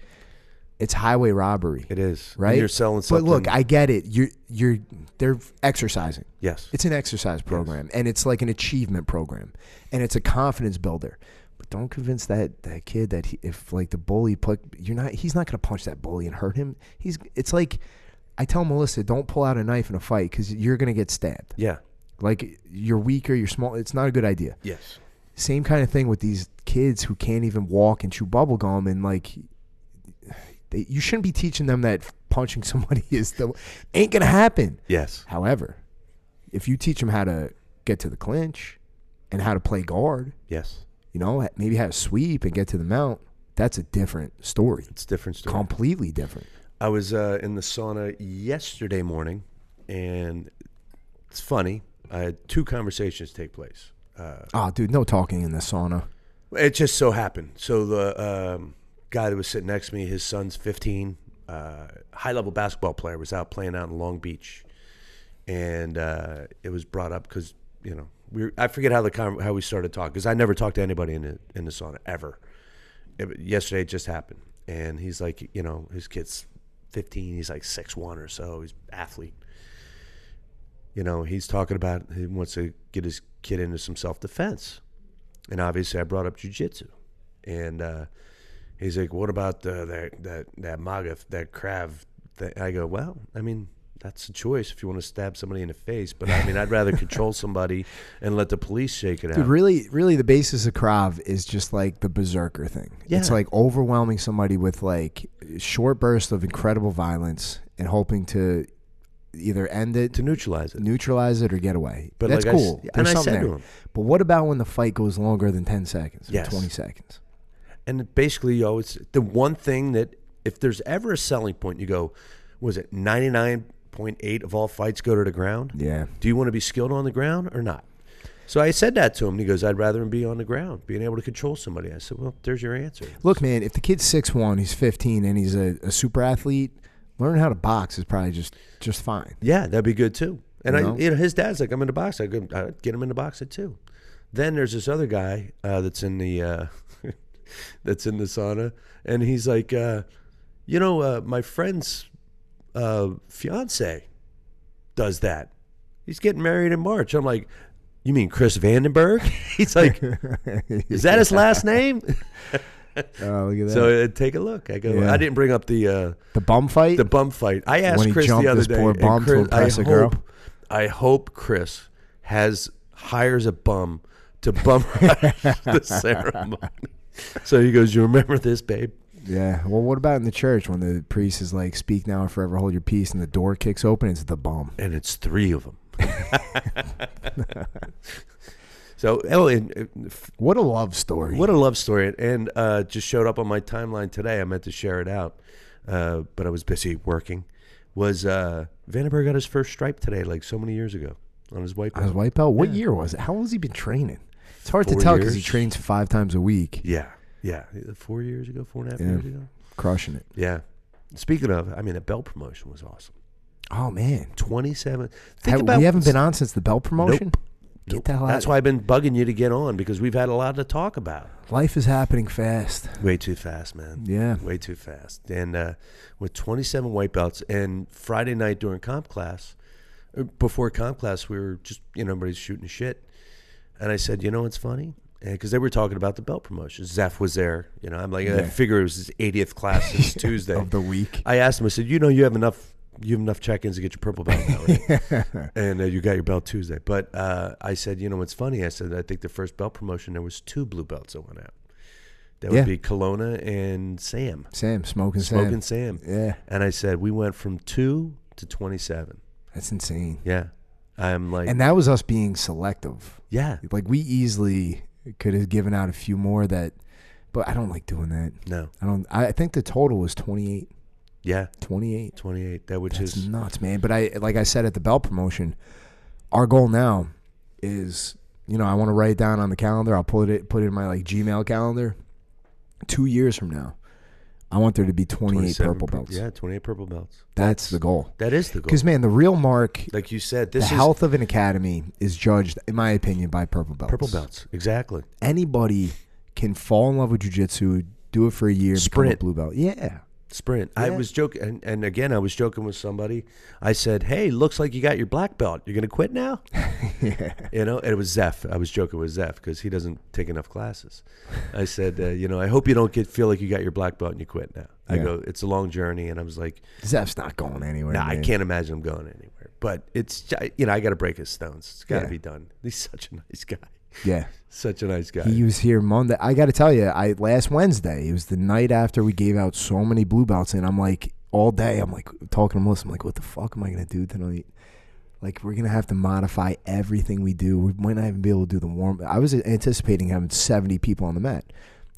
Speaker 1: it's highway robbery,
Speaker 2: It is.
Speaker 1: right?
Speaker 2: And you're selling something.
Speaker 1: But look, I get it. You're you're they're exercising.
Speaker 2: yes.
Speaker 1: It's an exercise program, and it's like an achievement program, and it's a confidence builder. But don't convince that that kid that he, if like the bully put you're not he's not going to punch that bully and hurt him. He's it's like I tell Melissa, don't pull out a knife in a fight because you're going to get stabbed.
Speaker 2: yeah.
Speaker 1: Like you're weaker, you're small. It's not a good idea.
Speaker 2: Yes.
Speaker 1: Same kind of thing with these kids who can't even walk and chew bubble gum and like. They, you shouldn't be teaching them that punching somebody is the ain't gonna happen.
Speaker 2: Yes.
Speaker 1: However, if you teach them how to get to the clinch and how to play guard,
Speaker 2: Yes.
Speaker 1: you know, maybe how to sweep and get to the mount, that's a different story.
Speaker 2: It's a different story.
Speaker 1: Completely different.
Speaker 2: I was uh, in the sauna yesterday morning, and it's funny. I had two conversations take place. Uh,
Speaker 1: Oh, dude, no talking in the sauna.
Speaker 2: it just so happened. So the um, guy that was sitting next to me, his son's 15, uh, high level basketball player, was out playing out in Long Beach, and uh, it was brought up because you know we were, I forget how the con- how we started talking because I never talked to anybody in the in the sauna ever. It- yesterday it just happened, and he's like, you know, his kid's 15. He's like six one or so. He's athlete you know, he's talking about he wants to get his kid into some self defense. And obviously, I brought up jujitsu. And uh, he's like, what about uh, that, that, that MAGA, that Krav? Thing? I go, well, I mean, that's a choice if you want to stab somebody in the face. But I mean, I'd rather control somebody and let the police shake it out.
Speaker 1: Dude, really, really, the basis of Krav is just like the berserker thing. It's
Speaker 2: Yeah.
Speaker 1: like overwhelming somebody with like short bursts of incredible violence and hoping to either end it,
Speaker 2: to neutralize it.
Speaker 1: neutralize it, or get away.
Speaker 2: But
Speaker 1: that's
Speaker 2: like I s-
Speaker 1: cool.
Speaker 2: and
Speaker 1: There's
Speaker 2: I
Speaker 1: something
Speaker 2: said to
Speaker 1: there.
Speaker 2: him-
Speaker 1: but what about when the fight goes longer than ten seconds or
Speaker 2: Yes.
Speaker 1: twenty seconds?
Speaker 2: And basically, you always the one thing that if there's ever a selling point, you go, was it 99.8 of all fights go to the ground?
Speaker 1: Yeah.
Speaker 2: Do you want to be skilled on the ground or not? So I said that to him, and he goes, I'd rather him be on the ground, being able to control somebody. I said, Well, there's your answer.
Speaker 1: Look, man, if the kid's six one, he's fifteen, and he's a, a super athlete, learn how to box is probably just just fine.
Speaker 2: Yeah, that'd be good too. And
Speaker 1: You know?
Speaker 2: I, you know, his dad's like, I'm in the box. I could I'd get him in the box at two. Then there's this other guy uh, that's in the uh, that's in the sauna, and he's like, uh, you know, uh, my friend's uh, fiance does that. He's getting married in March. I'm like, you mean Chris Vandenberg? He's like,
Speaker 1: Uh,
Speaker 2: is that his last name?
Speaker 1: Oh, look at that.
Speaker 2: So uh, take a look. I go.
Speaker 1: Yeah.
Speaker 2: I didn't bring up the uh,
Speaker 1: the bum fight.
Speaker 2: the bum fight. I asked
Speaker 1: When he
Speaker 2: Chris
Speaker 1: jumped
Speaker 2: the other
Speaker 1: his
Speaker 2: day.
Speaker 1: poor
Speaker 2: and
Speaker 1: bum to
Speaker 2: Chris-
Speaker 1: impress
Speaker 2: I
Speaker 1: a girl.
Speaker 2: Hope, I hope Chris has hires a bum to bum rush the ceremony. So he goes, "You remember this, babe?"
Speaker 1: yeah. Well, what about in the church when the priest is like, "Speak now or forever hold your peace," and the door kicks open? It's the bum.
Speaker 2: And it's three of them. so, oh, and uh,
Speaker 1: What a love story.
Speaker 2: What a love story! And uh, just showed up on my timeline today. I meant to share it out, uh, but I was busy working. Was uh, Vandenberg got his first stripe today, like so many years ago, on his white
Speaker 1: On his
Speaker 2: belt?
Speaker 1: white belt. What year was it? How long has he been training? It's hard to
Speaker 2: Four
Speaker 1: tell because he
Speaker 2: years.
Speaker 1: trains five times a week,
Speaker 2: Yeah, yeah, four years ago, four and a half
Speaker 1: Yeah.
Speaker 2: years ago.
Speaker 1: crushing it.
Speaker 2: Yeah. Speaking of, I mean, the belt promotion was awesome.
Speaker 1: Oh man,
Speaker 2: 27. Think
Speaker 1: Have-
Speaker 2: about
Speaker 1: we haven't been on since the Bell promotion.
Speaker 2: Nope.
Speaker 1: Get
Speaker 2: Nope.
Speaker 1: the hell out.
Speaker 2: That's
Speaker 1: of-
Speaker 2: why I've been bugging you to get on because we've had a lot to talk about.
Speaker 1: life is happening fast.
Speaker 2: Way too fast, man.
Speaker 1: Yeah,
Speaker 2: Way too fast. And uh, with 27 white belts, and Friday night during comp class, or before comp class, we were just, you know, everybody's shooting shit. And I said, you know what's funny? Because they were talking about the belt promotion. Zeph was there. You know, I'm like, I
Speaker 1: Yeah.
Speaker 2: figure it was his 80th class this Tuesday.
Speaker 1: of the week.
Speaker 2: I asked him. I said, "You know, you have enough. You have enough check-ins to get your purple belt, now, right? and uh, you got your belt Tuesday." But uh, I said, "You know, what's funny." I said, "I think the first belt promotion there was two blue belts that went out. That
Speaker 1: Yeah.
Speaker 2: would be Kelowna and Sam,
Speaker 1: Sam smoking Sam.
Speaker 2: Smoking Sam."
Speaker 1: Yeah,
Speaker 2: And I said, "We went from two to twenty-seven.
Speaker 1: that's insane.
Speaker 2: Yeah, I'm like,
Speaker 1: And that was us being selective.
Speaker 2: yeah,
Speaker 1: Like we easily could have given out a few more that, but I don't like doing that.
Speaker 2: no,
Speaker 1: I don't. I think the total was 28.
Speaker 2: yeah,
Speaker 1: 28.
Speaker 2: twenty-eight. That which
Speaker 1: That's
Speaker 2: is
Speaker 1: nuts, man. But I, like I said at the Bell promotion, our goal now is, you know, I want to write it down on the calendar. I'll put it put it in my like Gmail calendar. Two years from now, I want there to be 28
Speaker 2: 27
Speaker 1: purple belts.
Speaker 2: Yeah, twenty-eight purple belts.
Speaker 1: That's the goal.
Speaker 2: That is the goal.
Speaker 1: Because man, the real mark,
Speaker 2: Like you said,
Speaker 1: the
Speaker 2: this is
Speaker 1: health of an academy is judged, in my opinion, by purple belts.
Speaker 2: purple belts. Exactly.
Speaker 1: Anybody can fall in love with jujitsu, do it for a year,
Speaker 2: Sprint.
Speaker 1: become a blue belt. Yeah,
Speaker 2: sprint. I
Speaker 1: Yeah.
Speaker 2: was joking, and, and again, I was joking with somebody. I said, "Hey, looks like you got your black belt. You're gonna quit now?" You know, and it was Zeph. I was joking with Zeph because he doesn't take enough classes. I said, uh, "You know, I hope you don't get feel like you got your black belt and you quit now." I
Speaker 1: Yeah.
Speaker 2: go, "It's a long journey," and I was like,
Speaker 1: Zeph's not going anywhere.
Speaker 2: "No, I
Speaker 1: man.
Speaker 2: can't imagine him going anywhere." But it's I- you know, I got to break his stones. It's got to
Speaker 1: Yeah.
Speaker 2: be done. He's such a nice guy.
Speaker 1: Yeah.
Speaker 2: Such a nice guy.
Speaker 1: He was here Monday. I got to tell you, I last Wednesday. It was the night after we gave out so many blue belts, and I'm like all day. I'm like talking to Melissa. I'm like, what the fuck am I gonna do tonight? Like we're gonna have to modify everything we do. We might not even be able to do the warm. I was anticipating having 70 people on the mat.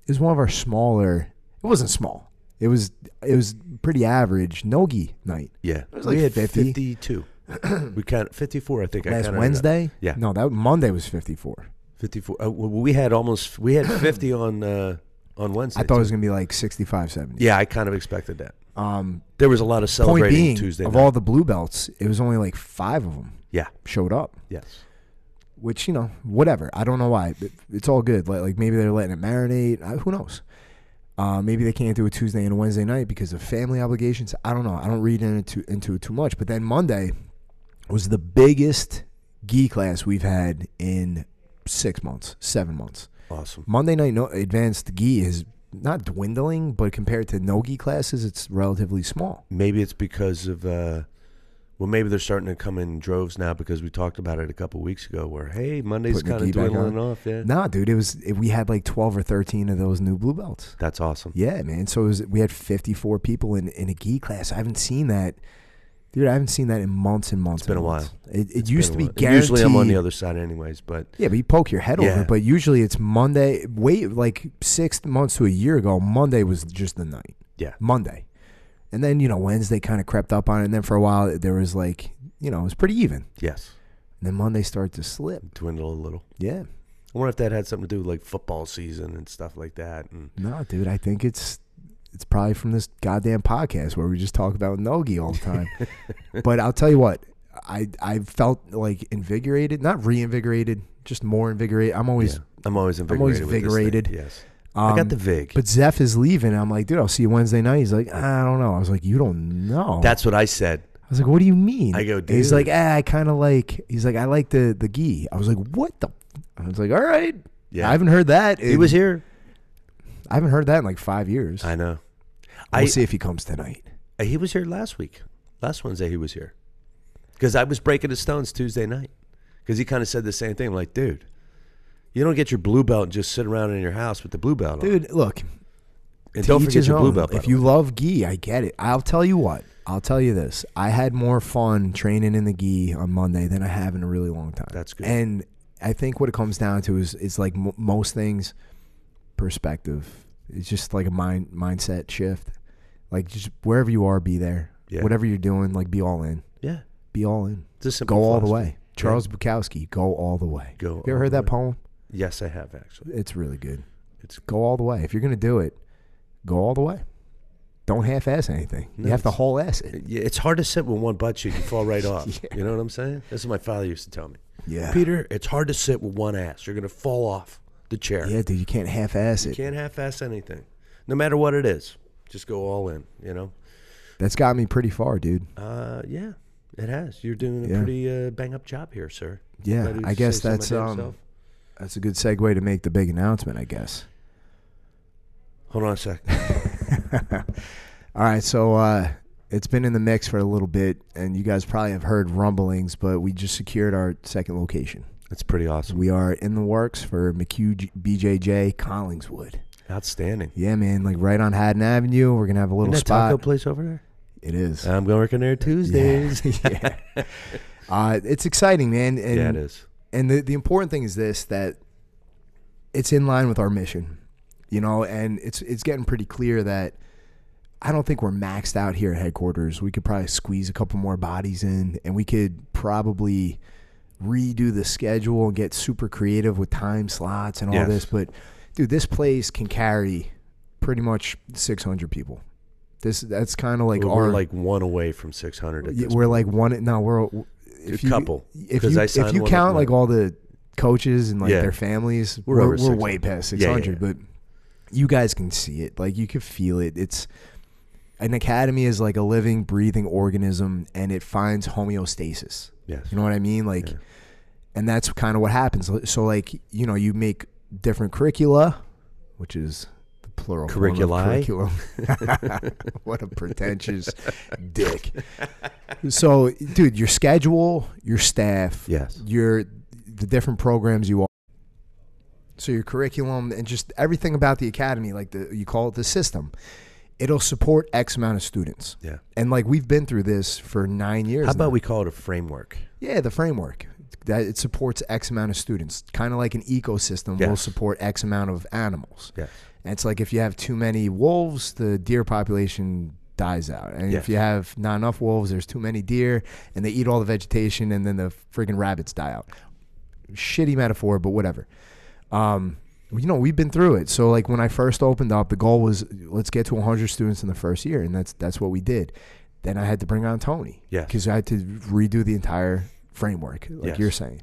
Speaker 1: It was one of our smaller. It wasn't small. It was it was pretty average nogi night
Speaker 2: yeah,
Speaker 1: was
Speaker 2: we
Speaker 1: like
Speaker 2: had
Speaker 1: 50.
Speaker 2: fifty-two. we count fifty-four. I think I
Speaker 1: last
Speaker 2: counted it up.
Speaker 1: Wednesday.
Speaker 2: Yeah.
Speaker 1: no, that Monday was 54.
Speaker 2: 54 uh, well, we had almost we had 50 on uh on wednesday
Speaker 1: I thought it
Speaker 2: too.
Speaker 1: was gonna be like 65, 70.
Speaker 2: yeah i kind of expected that
Speaker 1: Um,
Speaker 2: there was a lot of
Speaker 1: point
Speaker 2: celebrating
Speaker 1: being,
Speaker 2: tuesday
Speaker 1: of
Speaker 2: night.
Speaker 1: all the blue belts, it was only like five of them
Speaker 2: yeah
Speaker 1: showed up,
Speaker 2: yes
Speaker 1: which you know, whatever. I don't know why. It- It's all good. Like, like maybe they're letting it marinate. I, who knows? Uh, maybe they can't do a Tuesday and a Wednesday night because of family obligations. I don't know. I don't read into into it too much. But then Monday was the biggest gi class we've had in six months, seven months.
Speaker 2: awesome
Speaker 1: Monday night no advanced gi is not dwindling, but compared to no gi classes, it's relatively small.
Speaker 2: maybe it's because of uh well maybe they're starting to come in droves now because we talked about it a couple weeks ago where hey monday's
Speaker 1: Putting the
Speaker 2: kind of
Speaker 1: key back
Speaker 2: dwindling
Speaker 1: on.
Speaker 2: off yeah
Speaker 1: Nah, dude, it was it, we had like twelve or thirteen of those new blue belts.
Speaker 2: that's awesome
Speaker 1: Yeah, man. So it was, we had fifty four people in in a gi class. I haven't seen that, dude. I haven't seen that in months and months.
Speaker 2: been
Speaker 1: and
Speaker 2: a while.
Speaker 1: months. It, it used to be
Speaker 2: And
Speaker 1: guaranteed.
Speaker 2: usually i'm on the other side anyways but
Speaker 1: Yeah, but you poke your head over.
Speaker 2: Yeah.
Speaker 1: it, But usually it's Monday. Wait, like six months to a year ago, Monday was just the night.
Speaker 2: yeah
Speaker 1: Monday, and then you know Wednesday kind of crept up on it, and then for a while there was like you know it was pretty even. And
Speaker 2: yes
Speaker 1: then Monday started to slip.
Speaker 2: dwindle a little
Speaker 1: Yeah,
Speaker 2: i wonder if that had something to do with like football season and stuff like that and
Speaker 1: No, dude, I think it's it's probably from this goddamn podcast where we just talk about Nogi all the time. but I'll tell you what, I I felt like invigorated, not reinvigorated, just more invigorated. I'm always
Speaker 2: yeah, i'm always
Speaker 1: I'm
Speaker 2: invigorated
Speaker 1: always
Speaker 2: with this thing.
Speaker 1: invigorated.
Speaker 2: yes
Speaker 1: um,
Speaker 2: i got the vig
Speaker 1: But Zeph is leaving. I'm like, dude, I'll see you Wednesday night. He's like, "Ah, I don't know. I was like, you don't know.
Speaker 2: That's what I said.
Speaker 1: I was like, what do you mean?
Speaker 2: I go,
Speaker 1: And He's like,
Speaker 2: dude.
Speaker 1: ah, I kind of like. He's like, I like the the gi. I was like, what the? I was like, all right.
Speaker 2: Yeah.
Speaker 1: I haven't heard that.
Speaker 2: He
Speaker 1: in-
Speaker 2: was here.
Speaker 1: I haven't heard that in like five years.
Speaker 2: I know.
Speaker 1: we'll
Speaker 2: I uh,
Speaker 1: see if he comes tonight.
Speaker 2: he was here last week. Last Wednesday he was here. Because I was breaking the stones Tuesday night. Because he kind of said the same thing. I'm like, dude, you don't get your blue belt and just sit around in your house with the blue belt on.
Speaker 1: Dude, look,
Speaker 2: and
Speaker 1: to
Speaker 2: don't
Speaker 1: each
Speaker 2: forget
Speaker 1: his
Speaker 2: your blue
Speaker 1: own.
Speaker 2: belt. by
Speaker 1: If
Speaker 2: the
Speaker 1: you
Speaker 2: way.
Speaker 1: love gi, I get it. I'll tell you what. I'll tell you this. I had more fun training in the gi on Monday than I have in a really long time.
Speaker 2: That's good.
Speaker 1: And I think what it comes down to is it's like m- most things, perspective. It's just like a mind mindset shift. Like just wherever you are, be there.
Speaker 2: Yeah.
Speaker 1: Whatever you're doing, like be all in.
Speaker 2: yeah,
Speaker 1: Be all in.
Speaker 2: it's a simple
Speaker 1: Go all the
Speaker 2: philosophy.
Speaker 1: way. Charles Bukowski, go all the way.
Speaker 2: Go
Speaker 1: You ever
Speaker 2: all
Speaker 1: heard
Speaker 2: the
Speaker 1: that
Speaker 2: way.
Speaker 1: poem?
Speaker 2: Yes, I have actually.
Speaker 1: It's really good.
Speaker 2: It's
Speaker 1: Go all the way. If you're gonna do it, go all the way. don't half-ass anything. You
Speaker 2: No,
Speaker 1: have to
Speaker 2: it's-
Speaker 1: whole ass it.
Speaker 2: Yeah, it's hard to sit with one butt cheek. You fall right off.
Speaker 1: Yeah.
Speaker 2: You know what I'm saying? That's what my father used to tell me.
Speaker 1: Yeah.
Speaker 2: Peter, it's hard to sit with one ass. You're going to fall off the chair.
Speaker 1: Yeah, dude, you can't half-ass
Speaker 2: You
Speaker 1: it.
Speaker 2: can't half-ass anything, no matter what it is. Just go all in. You know?
Speaker 1: That's got me pretty far, dude.
Speaker 2: Uh, yeah, it has. You're doing a
Speaker 1: Yeah.
Speaker 2: pretty uh, bang up job here, sir.
Speaker 1: Yeah,
Speaker 2: Glad you
Speaker 1: I guess
Speaker 2: say
Speaker 1: that's
Speaker 2: something about
Speaker 1: um,
Speaker 2: yourself.
Speaker 1: that's a good segue to make the big announcement. I guess.
Speaker 2: Hold on a sec.
Speaker 1: All right, so uh, it's been in the mix for a little bit, and you guys probably have heard rumblings, but we just secured our second location.
Speaker 2: That's pretty awesome.
Speaker 1: We are in the works for McHugh J- BJJ Collingswood.
Speaker 2: Outstanding.
Speaker 1: Yeah, man, like right on Haddon Avenue. We're gonna have a little
Speaker 2: Isn't that
Speaker 1: spot.
Speaker 2: taco place over there?
Speaker 1: it is.
Speaker 2: I'm going working there Tuesdays. Yeah,
Speaker 1: yeah. Uh, it's exciting, man. And,
Speaker 2: it is.
Speaker 1: And the, the important thing is this that it's in line with our mission, you know, and it's it's getting pretty clear that I don't think we're maxed out here at headquarters. We could probably squeeze a couple more bodies in, and we could probably redo the schedule and get super creative with time slots and all
Speaker 2: Yes.
Speaker 1: this. But dude, this place can carry pretty much 600 people. This that's kind of like
Speaker 2: We're-
Speaker 1: our
Speaker 2: we're like one away from 600 at
Speaker 1: yeah,
Speaker 2: this
Speaker 1: we're like one. No, we're if you,
Speaker 2: couple,
Speaker 1: If
Speaker 2: 'cause
Speaker 1: you
Speaker 2: I
Speaker 1: if
Speaker 2: signed
Speaker 1: you
Speaker 2: one
Speaker 1: count
Speaker 2: up
Speaker 1: like all the coaches and like
Speaker 2: Yeah.
Speaker 1: their families,
Speaker 2: We're
Speaker 1: we're
Speaker 2: over
Speaker 1: we're,
Speaker 2: 600.
Speaker 1: way past
Speaker 2: Yeah,
Speaker 1: six
Speaker 2: yeah,
Speaker 1: hundred.
Speaker 2: yeah.
Speaker 1: But you guys can see it. Like you can feel it. It's an academy is like a living, breathing organism, and it finds homeostasis.
Speaker 2: Yes.
Speaker 1: You know what I mean? Like,
Speaker 2: Yeah.
Speaker 1: and that's kind of what happens. So like you know you make different curricula, which is. the Plural form of
Speaker 2: Curriculi?
Speaker 1: curriculum. what a pretentious dick. So, dude, your schedule, your staff,
Speaker 2: Yes.
Speaker 1: your the different programs you are, so your curriculum and just everything about the academy, like the you call it the system, it'll support X amount of students.
Speaker 2: Yeah.
Speaker 1: And like we've been through this for nine years.
Speaker 2: How about
Speaker 1: now.
Speaker 2: we call it a framework?
Speaker 1: Yeah, the framework that it supports X amount of students, kind of like an ecosystem will
Speaker 2: Yes.
Speaker 1: support X amount of animals.
Speaker 2: Yes.
Speaker 1: And it's like if you have too many wolves, the deer population dies out. And if
Speaker 2: Yes.
Speaker 1: you have not enough wolves, there's too many deer and they eat all the vegetation and then the friggin' rabbits die out. Shitty metaphor, but whatever. Um, you know, we've been through it. So like when I first opened up, the goal was let's get to 100 students in the first year, and that's that's what we did. Then I had to bring on Tony,
Speaker 2: Yes.
Speaker 1: because I had to redo the entire framework, like
Speaker 2: Yes.
Speaker 1: you're saying.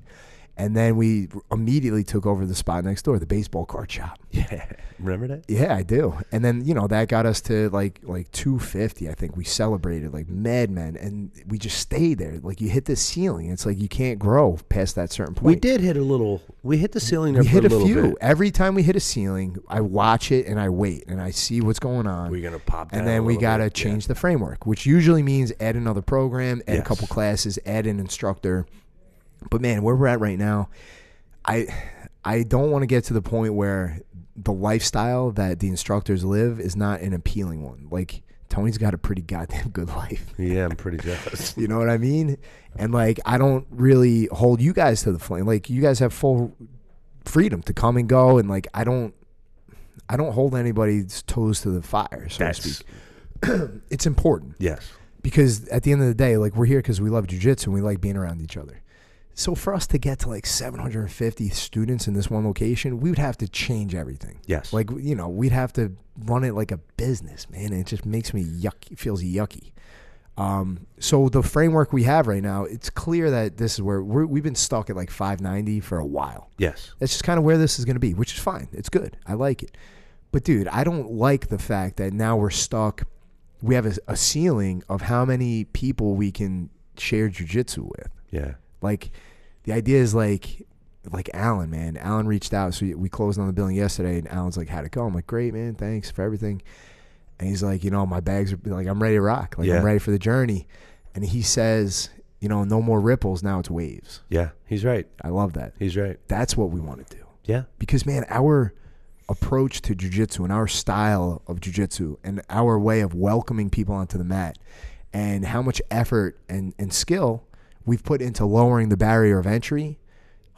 Speaker 1: And then we immediately took over the spot next door, the baseball card shop.
Speaker 2: Yeah. Remember that?
Speaker 1: Yeah, I do. And then you know that got us to like like 250. I think we celebrated like madmen, and we just stayed there. Like you hit the ceiling, it's like you can't grow past that certain point.
Speaker 2: We did hit a little. We hit the ceiling there
Speaker 1: We
Speaker 2: for
Speaker 1: hit a,
Speaker 2: little
Speaker 1: few.
Speaker 2: bit.
Speaker 1: Every time we hit a ceiling, I watch it and I wait and I see what's going on.
Speaker 2: We're gonna pop down
Speaker 1: and
Speaker 2: a
Speaker 1: then we
Speaker 2: little
Speaker 1: got to
Speaker 2: bit, yeah.
Speaker 1: change the framework, which usually means add another program, add a
Speaker 2: Yes.
Speaker 1: couple classes, add an instructor. But man, where we're at right now, I I don't want to get to the point where the lifestyle that the instructors live is not an appealing one. Like Tony's got a pretty goddamn good life.
Speaker 2: Yeah, I'm pretty jealous.
Speaker 1: You know what I mean? And like, I don't really hold you guys to the flame. Like, you guys have full freedom to come and go, and like, I don't, I don't hold anybody's toes to the fire, so to
Speaker 2: That's
Speaker 1: speak. It's important
Speaker 2: yes.
Speaker 1: because at the end of the day, like, we're here because we love jujitsu and we like being around each other. So for us to get to like 750 students in this one location, we would have to change everything.
Speaker 2: Yes.
Speaker 1: Like you know, we'd have to run it like a business, man. And it just makes me yucky. Feels yucky. Um, so the framework we have right now, it's clear that this is where we're, we've been stuck at like 590 for a while.
Speaker 2: Yes.
Speaker 1: That's just kind of where this is going to be, which is fine. It's good. I like it. But dude, I don't like the fact that now we're stuck. We have a, a ceiling of how many people we can share jujitsu with.
Speaker 2: Yeah.
Speaker 1: Like the idea is like like Alan, man. Alan reached out, so we- we closed on the billing yesterday, and Alan's like, "How'd it go?" I'm like, "Great, man. Thanks for everything." And he's like, "You know, my bags are like I'm ready to rock. Like
Speaker 2: Yeah.
Speaker 1: I'm ready for the journey." And he says, "You know, no more ripples. Now it's waves."
Speaker 2: Yeah. He's right.
Speaker 1: I love that.
Speaker 2: He's right.
Speaker 1: That's what we want to do
Speaker 2: Yeah.
Speaker 1: because man, our approach to jujitsu and our style of jujitsu and our way of welcoming people onto the mat and how much effort and, and skill we've put into lowering the barrier of entry.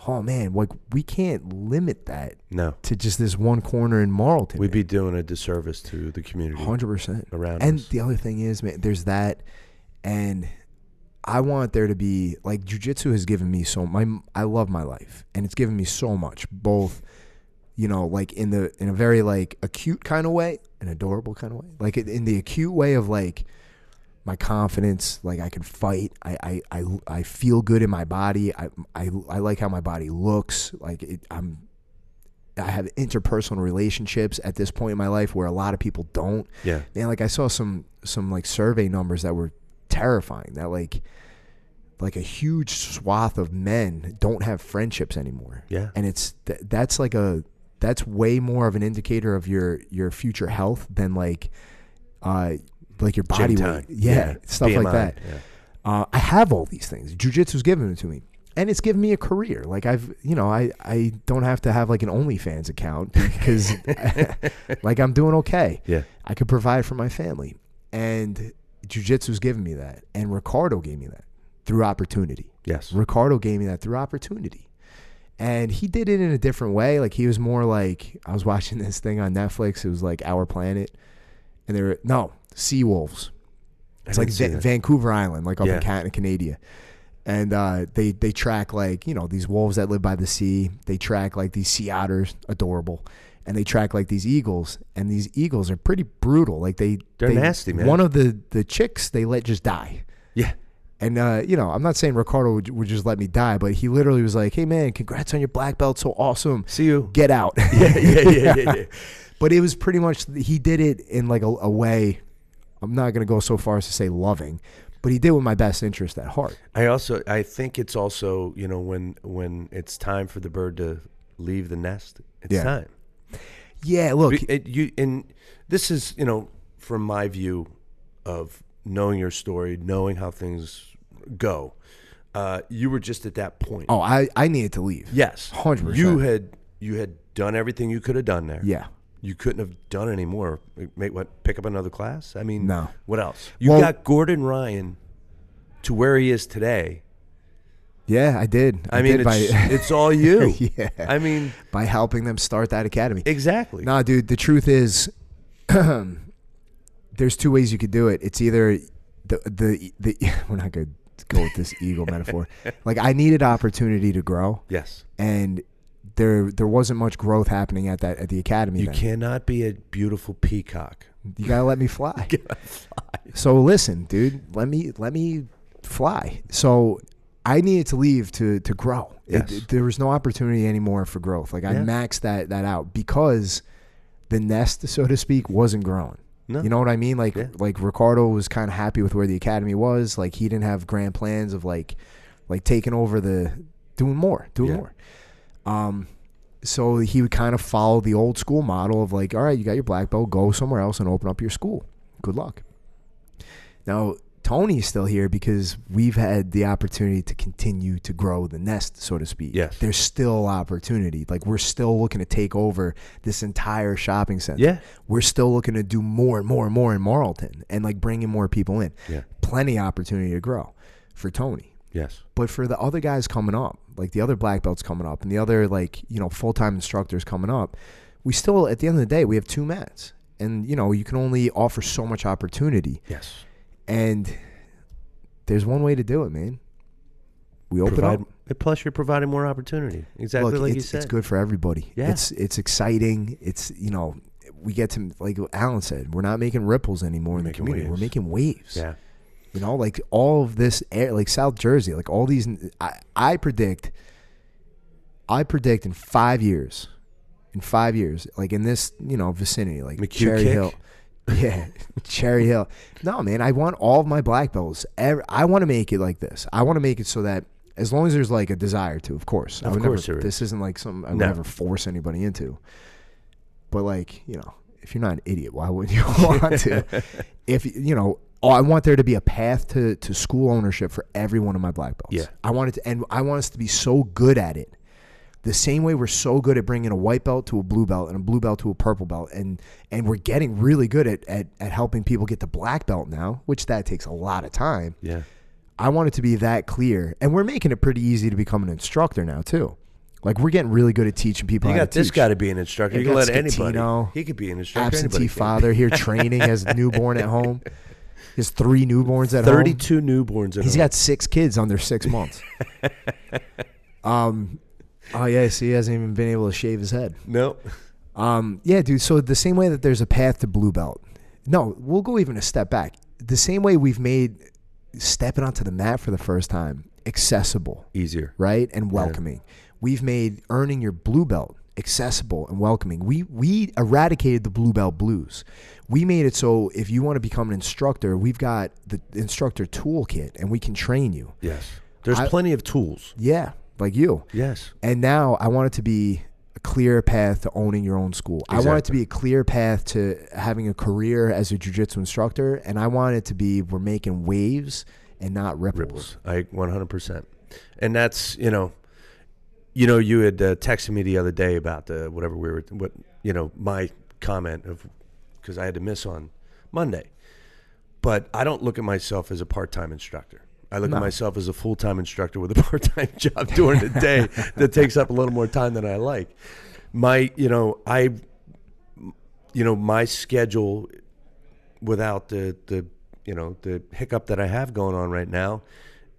Speaker 1: Oh man, like we can't limit that
Speaker 2: No.
Speaker 1: to just this one corner in Marlton.
Speaker 2: We'd be doing a disservice to the community.
Speaker 1: hundred percent
Speaker 2: around
Speaker 1: And
Speaker 2: us.
Speaker 1: the other thing is, man, there's that, and I want there to be like jujitsu has given me so my I love my life, and it's given me so much both you know, like in the in a very like acute kind of way, an adorable kind of way, like in- in the acute way of like my confidence, like I can fight, I I, I, I feel good in my body, I, I I like how my body looks, like it, I'm I have interpersonal relationships at this point in my life where a lot of people don't.
Speaker 2: Yeah.
Speaker 1: Man, like I saw some some like survey numbers that were terrifying. That like like a huge swath of men don't have friendships anymore.
Speaker 2: Yeah.
Speaker 1: And it's th- that's like a that's way more of an indicator of your your future health than like uh like your body
Speaker 2: Gym
Speaker 1: weight.
Speaker 2: time.
Speaker 1: Yeah, stuff
Speaker 2: BMI,
Speaker 1: like that.
Speaker 2: yeah.
Speaker 1: Uh, I have all these things. Jiu-jitsu's given them to me. And it's given me a career. Like I've, you know, I, I don't have to have like an OnlyFans account because like I'm doing okay.
Speaker 2: Yeah.
Speaker 1: I could provide for my family. And jujitsu's given me that. And Ricardo gave me that through opportunity.
Speaker 2: Yes.
Speaker 1: Ricardo gave me that through opportunity. And he did it in a different way. Like he was more like I was watching this thing on Netflix. It was like Our Planet. And they were no, Sea Wolves. It's
Speaker 2: I
Speaker 1: like
Speaker 2: didn't see
Speaker 1: Va-
Speaker 2: that.
Speaker 1: Vancouver Island, like up
Speaker 2: Yeah.
Speaker 1: in Canada, Canada. And uh, they they track like you know these wolves that live by the sea. They track like these sea otters, adorable, and they track like these eagles. And these eagles are pretty brutal. Like they
Speaker 2: They're
Speaker 1: they-
Speaker 2: nasty, man.
Speaker 1: One of the the chicks they let just die.
Speaker 2: yeah.
Speaker 1: And uh, you know I'm not saying Ricardo would, would just let me die, but he literally was like, "Hey man, congrats on your black belt, so awesome.
Speaker 2: See you.
Speaker 1: Get out."
Speaker 2: yeah, yeah, yeah, yeah, yeah.
Speaker 1: But it was pretty much he did it in like a, a way. I'm not gonna go so far as to say loving, but he did with my best interest at heart.
Speaker 2: I also I think it's also you know when when it's time for the bird to leave the nest, it's
Speaker 1: Yeah.
Speaker 2: time.
Speaker 1: Yeah, look,
Speaker 2: Be- it- you and this is you know from my view of knowing your story, knowing how things go. Uh, you were just at that point.
Speaker 1: oh, I I needed to leave.
Speaker 2: yes,
Speaker 1: 100%.
Speaker 2: You had you had done everything you could have done there.
Speaker 1: Yeah.
Speaker 2: You couldn't have done any more. Make what? Pick up another class? I mean,
Speaker 1: No.
Speaker 2: What else? You
Speaker 1: Well-
Speaker 2: got Gordon Ryan to where he is today.
Speaker 1: Yeah, I did.
Speaker 2: I mean,
Speaker 1: did
Speaker 2: it's,
Speaker 1: by
Speaker 2: it's all you.
Speaker 1: Yeah.
Speaker 2: I mean,
Speaker 1: by helping them start that academy.
Speaker 2: exactly.
Speaker 1: Nah, dude, the truth is there's two ways you could do it. It's either the the the we're not going to go with this eagle metaphor. Like I needed opportunity to grow
Speaker 2: yes.
Speaker 1: and there there wasn't much growth happening at that at the academy
Speaker 2: You
Speaker 1: then.
Speaker 2: cannot be a beautiful peacock.
Speaker 1: You gotta let me fly. So listen, dude, let me let me fly. So I needed to leave to to grow. It-
Speaker 2: Yes.
Speaker 1: there was no opportunity anymore for growth. Like I
Speaker 2: Yeah.
Speaker 1: maxed that that out because the nest, so to speak, wasn't growing.
Speaker 2: No.
Speaker 1: You know what I mean? Like
Speaker 2: Yeah.
Speaker 1: like Ricardo was kind of happy with where the academy was. Like he didn't have grand plans of like like taking over the doing more, doing
Speaker 2: Yeah.
Speaker 1: more. Um so he would kind of follow the old school model of like, all right, you got your black belt, go somewhere else and open up your school. Good luck. Now Tony's still here because we've had the opportunity to continue to grow the nest, so to speak.
Speaker 2: Yes.
Speaker 1: There's still opportunity. Like we're still looking to take over this entire shopping center.
Speaker 2: Yeah.
Speaker 1: We're still looking to do more and more and more in Marlton and like bringing more people in.
Speaker 2: Yeah.
Speaker 1: Plenty of opportunity to grow for Tony.
Speaker 2: Yes.
Speaker 1: But for the other guys coming up, like the other black belts coming up and the other like, you know, full time instructors coming up, we still at the end of the day we have two mats. And you know, you can only offer so much opportunity.
Speaker 2: Yes.
Speaker 1: And there's one way to do it, man. We open
Speaker 2: Provide,
Speaker 1: up.
Speaker 2: plus, you're providing more opportunity. Exactly
Speaker 1: Look,
Speaker 2: like
Speaker 1: it's,
Speaker 2: you said.
Speaker 1: it's good for everybody.
Speaker 2: Yeah.
Speaker 1: It's it's exciting. It's you know, we get to like what Alan said, we're not making ripples anymore in the
Speaker 2: making
Speaker 1: community.
Speaker 2: waves.
Speaker 1: We're making waves.
Speaker 2: Yeah.
Speaker 1: You know, like all of this air, like South Jersey, like all these. I, I predict, I predict in five years, in five years, like in this, you know, vicinity, like
Speaker 2: McHugh
Speaker 1: Cherry
Speaker 2: kick?
Speaker 1: Hill. Yeah, Cherry Hill. No, man, I want all of my black belts. ev- I want to make it like this. I want to make it so that as long as there's like a desire to, of course, I
Speaker 2: Of
Speaker 1: would
Speaker 2: course there
Speaker 1: never,
Speaker 2: is.
Speaker 1: this isn't like something I would
Speaker 2: No.
Speaker 1: never force anybody into. But like, you know, if you're not an idiot, why would you want to? if you know, oh, I want there to be a path to to school ownership for every one of my black belts.
Speaker 2: Yeah.
Speaker 1: I want it to, and I want us to be so good at it. The same way we're so good at bringing a white belt to a blue belt and a blue belt to a purple belt, and and we're getting really good at at, at helping people get to black belt now, which that takes a lot of time.
Speaker 2: Yeah.
Speaker 1: I want it to be that clear, and we're making it pretty easy to become an instructor now too. Like we're getting really good at teaching people.
Speaker 2: You
Speaker 1: how
Speaker 2: got
Speaker 1: to
Speaker 2: this
Speaker 1: teach.
Speaker 2: guy to be an instructor.
Speaker 1: You
Speaker 2: You, can
Speaker 1: got
Speaker 2: let anybody.
Speaker 1: Scatino,
Speaker 2: He could be an instructor.
Speaker 1: absentee
Speaker 2: anybody can.
Speaker 1: father here training as a newborn at home. His three newborns at home.
Speaker 2: Thirty-two newborns. At
Speaker 1: He's
Speaker 2: home.
Speaker 1: got six kids under six months. um, Oh yeah, so he hasn't even been able to shave his head.
Speaker 2: No.
Speaker 1: Um, yeah, dude. So the same way that there's a path to blue belt. No, we'll go even a step back. The same way we've made stepping onto the mat for the first time accessible,
Speaker 2: Easier.
Speaker 1: right, and welcoming. We've made earning your blue belt accessible and welcoming. We we eradicated the blue belt blues. We made it so if you want to become an instructor, we've got the instructor toolkit and we can train you.
Speaker 2: Yes. There's
Speaker 1: I-
Speaker 2: plenty of tools.
Speaker 1: Yeah, like you.
Speaker 2: Yes.
Speaker 1: And now I want it to be a clear path to owning your own school. I want it to be a clear path to having a career as a jujitsu instructor. And I want it to be we're making waves and not ripples.
Speaker 2: Ripples. I 100%. And that's, you know, you know, you had uh, texted me the other day about the whatever we were, what, you know, my comment of, because I had to miss on Monday. But I don't look at myself as a part time instructor. I look at myself as a full time instructor with a part time job during the day that takes up a little more time than I like. My, you know, I, you know, my schedule without the the you know the hiccup that I have going on right now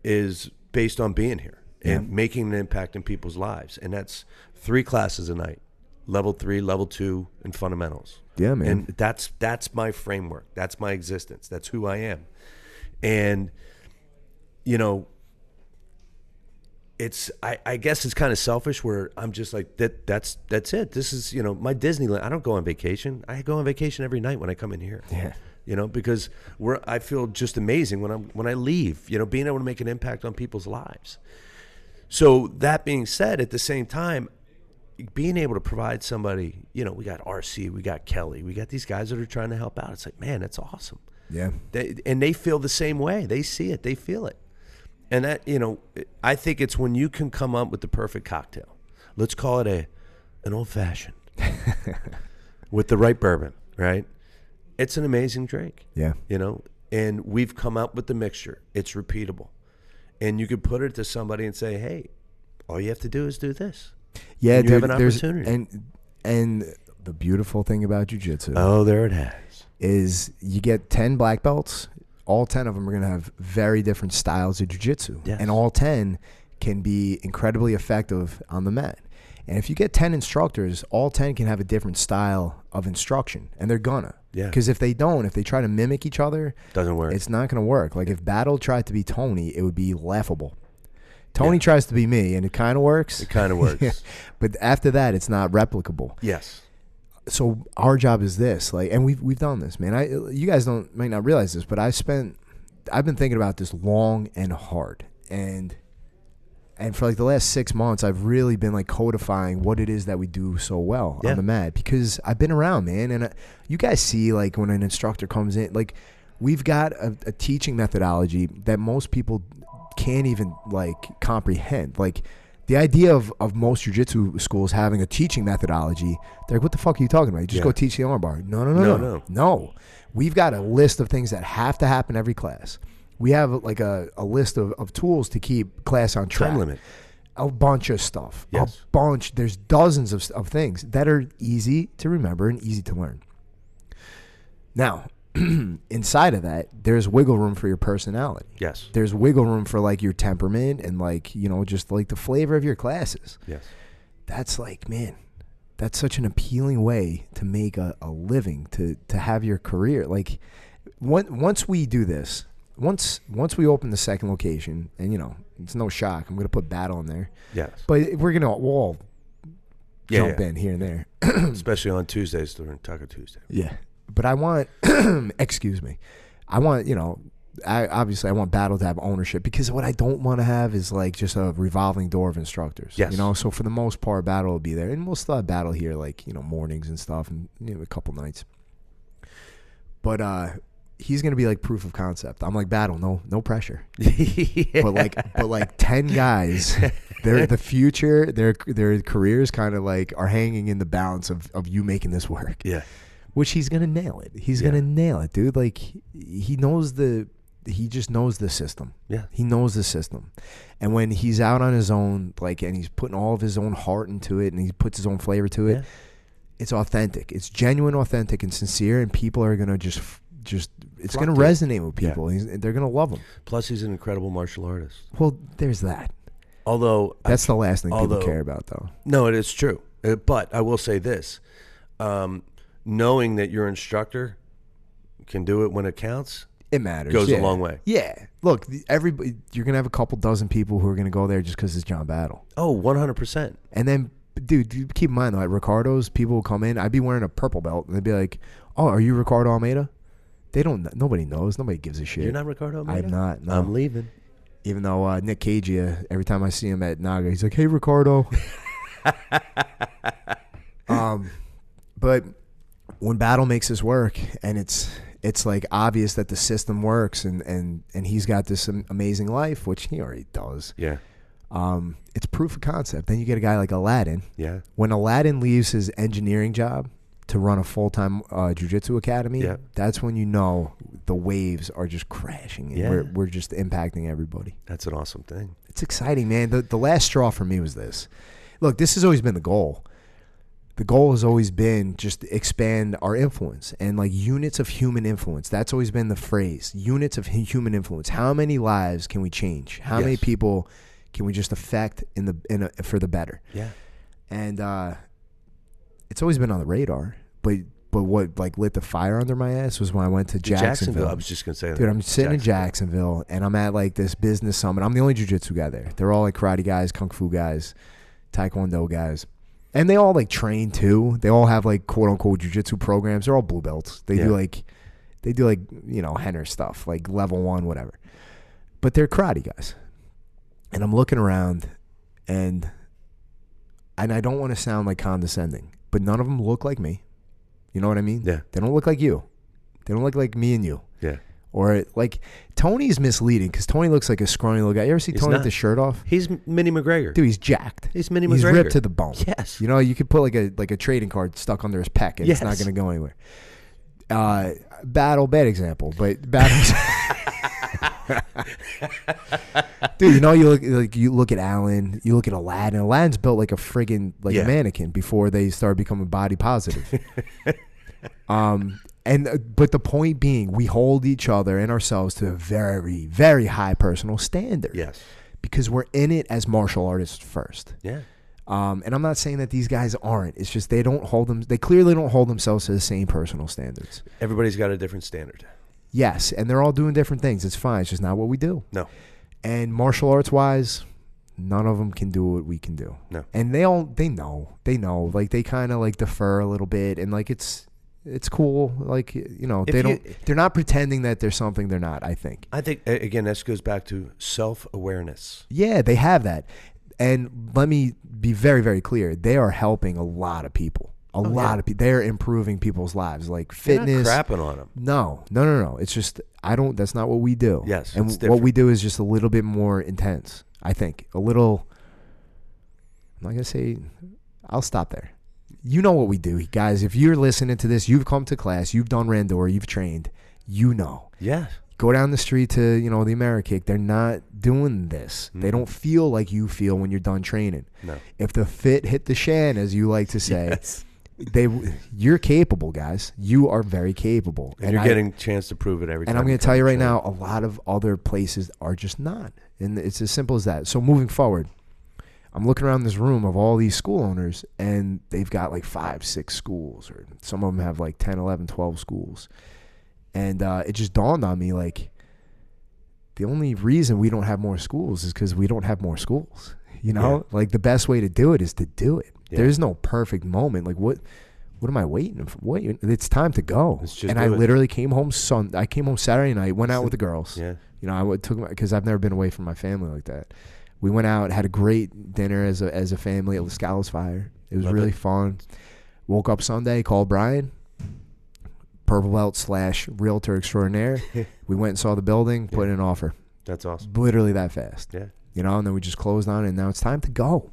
Speaker 2: is based on being here and making an impact in people's lives, and that's three classes a night, level three, level two, and fundamentals.
Speaker 1: Yeah, man.
Speaker 2: And that's that's my framework. That's my existence. That's who I am. And you know, it's I, I guess it's kind of selfish where I'm just like that that's that's it. This is you know my Disneyland. I don't go on vacation. I go on vacation every night when I come in here.
Speaker 1: Yeah.
Speaker 2: You know because we're I feel just amazing when I'm when I leave. You know being able to make an impact on people's lives. So that being said, at the same time, being able to provide somebody, you know, we got RC, we got Kelly, we got these guys that are trying to help out. It's like man, that's awesome
Speaker 1: Yeah.
Speaker 2: they, and they feel the same way. They see it, they feel it, and that you know, I think it's when you can come up with the perfect cocktail. Let's call it a an old fashioned with the right bourbon, right? It's an amazing drink,
Speaker 1: Yeah.
Speaker 2: you know, and we've come up with the mixture. It's repeatable, and you could put it to somebody and say, "Hey, all you have to do is do this."
Speaker 1: Yeah,
Speaker 2: And you have
Speaker 1: dude,
Speaker 2: an
Speaker 1: there's-
Speaker 2: opportunity.
Speaker 1: And, and the beautiful thing about jujitsu
Speaker 2: Oh, there it has.
Speaker 1: is you get 10 black belts. All 10 of them are going to have very different styles of jujitsu.
Speaker 2: Yes.
Speaker 1: And all 10 can be incredibly effective on the mat. And if you get 10 instructors, all 10 can have a different style of instruction. And they're going to.
Speaker 2: Yeah.
Speaker 1: Because if they don't, if they try to mimic each other,
Speaker 2: Doesn't work.
Speaker 1: it's not going to work. Like if Battle tried to be Tony, it would be laughable. Tony tries to be me, and it kind of works.
Speaker 2: it kind of works.
Speaker 1: But after that, it's not replicable
Speaker 2: yes.
Speaker 1: so our job is this like and we've we've done this man i you guys don't might not realize this but i spent i've been thinking about this long and hard and and for like the last six months i've really been like codifying what it is that we do so well
Speaker 2: Yeah.
Speaker 1: on the mat because i've been around man and I, you guys see like when an instructor comes in like we've got a, a teaching methodology that most people can't even like comprehend like the idea of, of most jiu-jitsu schools having a teaching methodology they're like what the fuck are you talking about you just go
Speaker 2: Yeah.
Speaker 1: teach the armbar no no no no
Speaker 2: No,
Speaker 1: no
Speaker 2: no.
Speaker 1: no we've got a list of things that have to happen every class we have like a, a list of, of tools to keep class on track
Speaker 2: Time limit.
Speaker 1: a bunch of stuff.
Speaker 2: Yes.
Speaker 1: A bunch. There's dozens of, of things that are easy to remember and easy to learn. Now, inside of that, there's wiggle room for your personality.
Speaker 2: Yes.
Speaker 1: There's wiggle room for like your temperament and like, you know, just like the flavor of your classes.
Speaker 2: Yes.
Speaker 1: That's like, man, that's such an appealing way to make a, a living, to to have your career. Like one, once we do this, once once we open the second location, and you know, it's no shock, I'm gonna put battle in there.
Speaker 2: Yes.
Speaker 1: But we're gonna we'll all
Speaker 2: Yeah,
Speaker 1: jump
Speaker 2: yeah.
Speaker 1: in here and there.
Speaker 2: especially on Tuesdays during Taco Tuesday.
Speaker 1: Yeah. But I want, excuse me, I want you know, I obviously I want Battle to have ownership because what I don't want to have is like just a revolving door of instructors.
Speaker 2: Yes.
Speaker 1: You know, so for the most part, Battle will be there, and we'll still have Battle here, like you know, mornings and stuff, and you know, a couple nights. But uh, he's gonna be like proof of concept. I'm like Battle, no, no pressure. but like but like 10 guys they're the future their their careers kind of like are hanging in the balance of, of you making this work
Speaker 2: yeah,
Speaker 1: which he's gonna nail it he's
Speaker 2: Yeah.
Speaker 1: gonna nail it dude like he knows the he just knows the system
Speaker 2: yeah,
Speaker 1: he knows the system and when he's out on his own like and he's putting all of his own heart into it and he puts his own flavor to it
Speaker 2: Yeah.
Speaker 1: it's authentic it's genuine authentic and sincere and people are gonna just f- just it's
Speaker 2: Flock
Speaker 1: gonna
Speaker 2: to it.
Speaker 1: resonate with people He's, they're gonna love him
Speaker 2: Plus, he's an incredible martial artist.
Speaker 1: well there's that
Speaker 2: Although I-
Speaker 1: That's the last thing
Speaker 2: Although-
Speaker 1: people care about, though.
Speaker 2: no, it is true. Uh, But I will say this: um, knowing that your instructor can do it when it counts.
Speaker 1: It matters.
Speaker 2: Goes a
Speaker 1: yeah.
Speaker 2: long way.
Speaker 1: Yeah. Look, the- everybody, you're gonna have a couple dozen people who are gonna go there just because it's John Battle.
Speaker 2: Oh, 100 percent.
Speaker 1: And then, dude, you keep in mind though, at Ricardo's, people will come in. I'd be wearing a purple belt, and they'd be like, "Oh, are you Ricardo Almeida?" They don't. kn- Nobody knows. Nobody gives a shit.
Speaker 2: You're not Ricardo. Almeida?
Speaker 1: I'm not. No.
Speaker 2: I'm leaving.
Speaker 1: Even though uh, Nick Cagia, every time I see him at Naga, he's like, "Hey, Ricardo." um, but when Battle makes his work, and it's it's like obvious that the system works, and and and he's got this am- amazing life, which he already does.
Speaker 2: Yeah.
Speaker 1: Um, it's proof of concept. Then you get a guy like Aladdin.
Speaker 2: Yeah.
Speaker 1: When Aladdin leaves his engineering job to run a full time uh, jujitsu academy,
Speaker 2: Yeah.
Speaker 1: that's when you know the waves are just crashing, and
Speaker 2: Yeah.
Speaker 1: we're we're just impacting everybody.
Speaker 2: That's an awesome thing.
Speaker 1: It's exciting, man. The, the last straw for me was this. Look, this has always been the goal. The goal has always been just to expand our influence and like units of human influence. That's always been the phrase units of hu- human influence. How many lives can we change? How many
Speaker 2: Yes.
Speaker 1: people can we just affect in the in a, for the better?
Speaker 2: Yeah.
Speaker 1: And uh, it's always been on the radar. But but what like lit the fire under my ass was when I went to
Speaker 2: Jacksonville.
Speaker 1: Jacksonville.
Speaker 2: I was just gonna say that.
Speaker 1: Dude, I'm sitting in Jacksonville and I'm at like this business summit. I'm the only jujitsu guy there. They're all like karate guys, kung fu guys, taekwondo guys. And they all like train too. They all have like quote unquote jujitsu programs. They're all blue belts. They
Speaker 2: Yeah.
Speaker 1: do like they do like, you know, henner stuff, like level one, whatever. But they're karate guys. And I'm looking around and and I don't want to sound like condescending, but none of them look like me. You know what I mean?
Speaker 2: Yeah.
Speaker 1: They don't look like you. They don't look like me and you
Speaker 2: Yeah.
Speaker 1: or like Tony's misleading because Tony looks like a scrawny little guy. You ever see
Speaker 2: He's
Speaker 1: Tony
Speaker 2: not.
Speaker 1: with the shirt off?
Speaker 2: He's Minnie McGregor.
Speaker 1: Dude, he's jacked.
Speaker 2: He's Minnie
Speaker 1: He's
Speaker 2: McGregor.
Speaker 1: ripped to the bone.
Speaker 2: Yes.
Speaker 1: You know, you could put like a like a trading card stuck under his peck, and it's not
Speaker 2: Yes.
Speaker 1: going to go anywhere. Uh, battle bad example, but battle. Dude, you know you look like you look at Alan, you look at Aladdin. Aladdin's built like a friggin' like
Speaker 2: Yeah.
Speaker 1: a mannequin before they start becoming body positive. um, and uh, but the point being, we hold each other and ourselves to a very very high personal standard.
Speaker 2: Yes.
Speaker 1: because we're in it as martial artists first.
Speaker 2: Yeah.
Speaker 1: Um, and I'm not saying that these guys aren't. It's just they don't hold them. They clearly don't hold themselves to the same personal standards.
Speaker 2: Everybody's got a different standard.
Speaker 1: Yes, and they're all doing different things. It's fine. It's just not what we do.
Speaker 2: No.
Speaker 1: And martial arts wise, none of them can do what we can do.
Speaker 2: No.
Speaker 1: And they all they know they know like they kind of like defer a little bit and like it's it's cool like you know
Speaker 2: If
Speaker 1: they
Speaker 2: you-
Speaker 1: don't they're not pretending that they're something they're not. I think
Speaker 2: I think a- again this goes back to self awareness.
Speaker 1: yeah they have that. And let me be very very clear. They are helping a lot of people. A
Speaker 2: Oh, yeah.
Speaker 1: lot of people. They're improving people's lives like fitness.
Speaker 2: Crapping on them.
Speaker 1: No, no, no, no. It's just I don't. That's not what we do.
Speaker 2: Yes,
Speaker 1: and
Speaker 2: it's
Speaker 1: what we do is just a little bit more intense. I think a little. I'm not gonna say. I'll stop there. You know what we do, guys. If you're listening to this, you've come to class, you've done Randor, you've trained. You know.
Speaker 2: Yeah.
Speaker 1: Go down the street to you know the Amerikick. They're not doing this. They
Speaker 2: Mhm.
Speaker 1: don't feel like you feel when you're done training.
Speaker 2: No.
Speaker 1: If the fit hit the shan, as you like to say, they you're capable, guys. You are very capable,
Speaker 2: And, you're
Speaker 1: I-
Speaker 2: getting a chance to prove it every time.
Speaker 1: and I'm going
Speaker 2: come
Speaker 1: to tell you
Speaker 2: to
Speaker 1: right
Speaker 2: train.
Speaker 1: now, a lot of other places are just not. And it's as simple as that. So moving forward, I'm looking around this room of all these school owners, and they've got like five, six schools, or some of them have like 10, 11, 12 schools. And uh, it just dawned on me like, the only reason we don't have more schools is because we don't have more schools. You know, like the best way to do it is to do it.
Speaker 2: Yeah.
Speaker 1: There's no perfect moment. Like what? What am I waiting for? What? It's time to go.
Speaker 2: Let's just
Speaker 1: And I
Speaker 2: do it.
Speaker 1: literally came home Sun. I came home Saturday night. Went out with the girls.
Speaker 2: Yeah.
Speaker 1: You know, I would- took because I've never been away from my family like that. We went out, had a great dinner as a as a family at Lascala's Fire. It was
Speaker 2: Love
Speaker 1: really
Speaker 2: it.
Speaker 1: fun. Woke up Sunday, called Brian, purple belt slash realtor extraordinaire. we went and saw the building, put in an offer.
Speaker 2: That's awesome.
Speaker 1: Literally that fast.
Speaker 2: Yeah.
Speaker 1: You know, and then we just closed on it. And now it's time to go.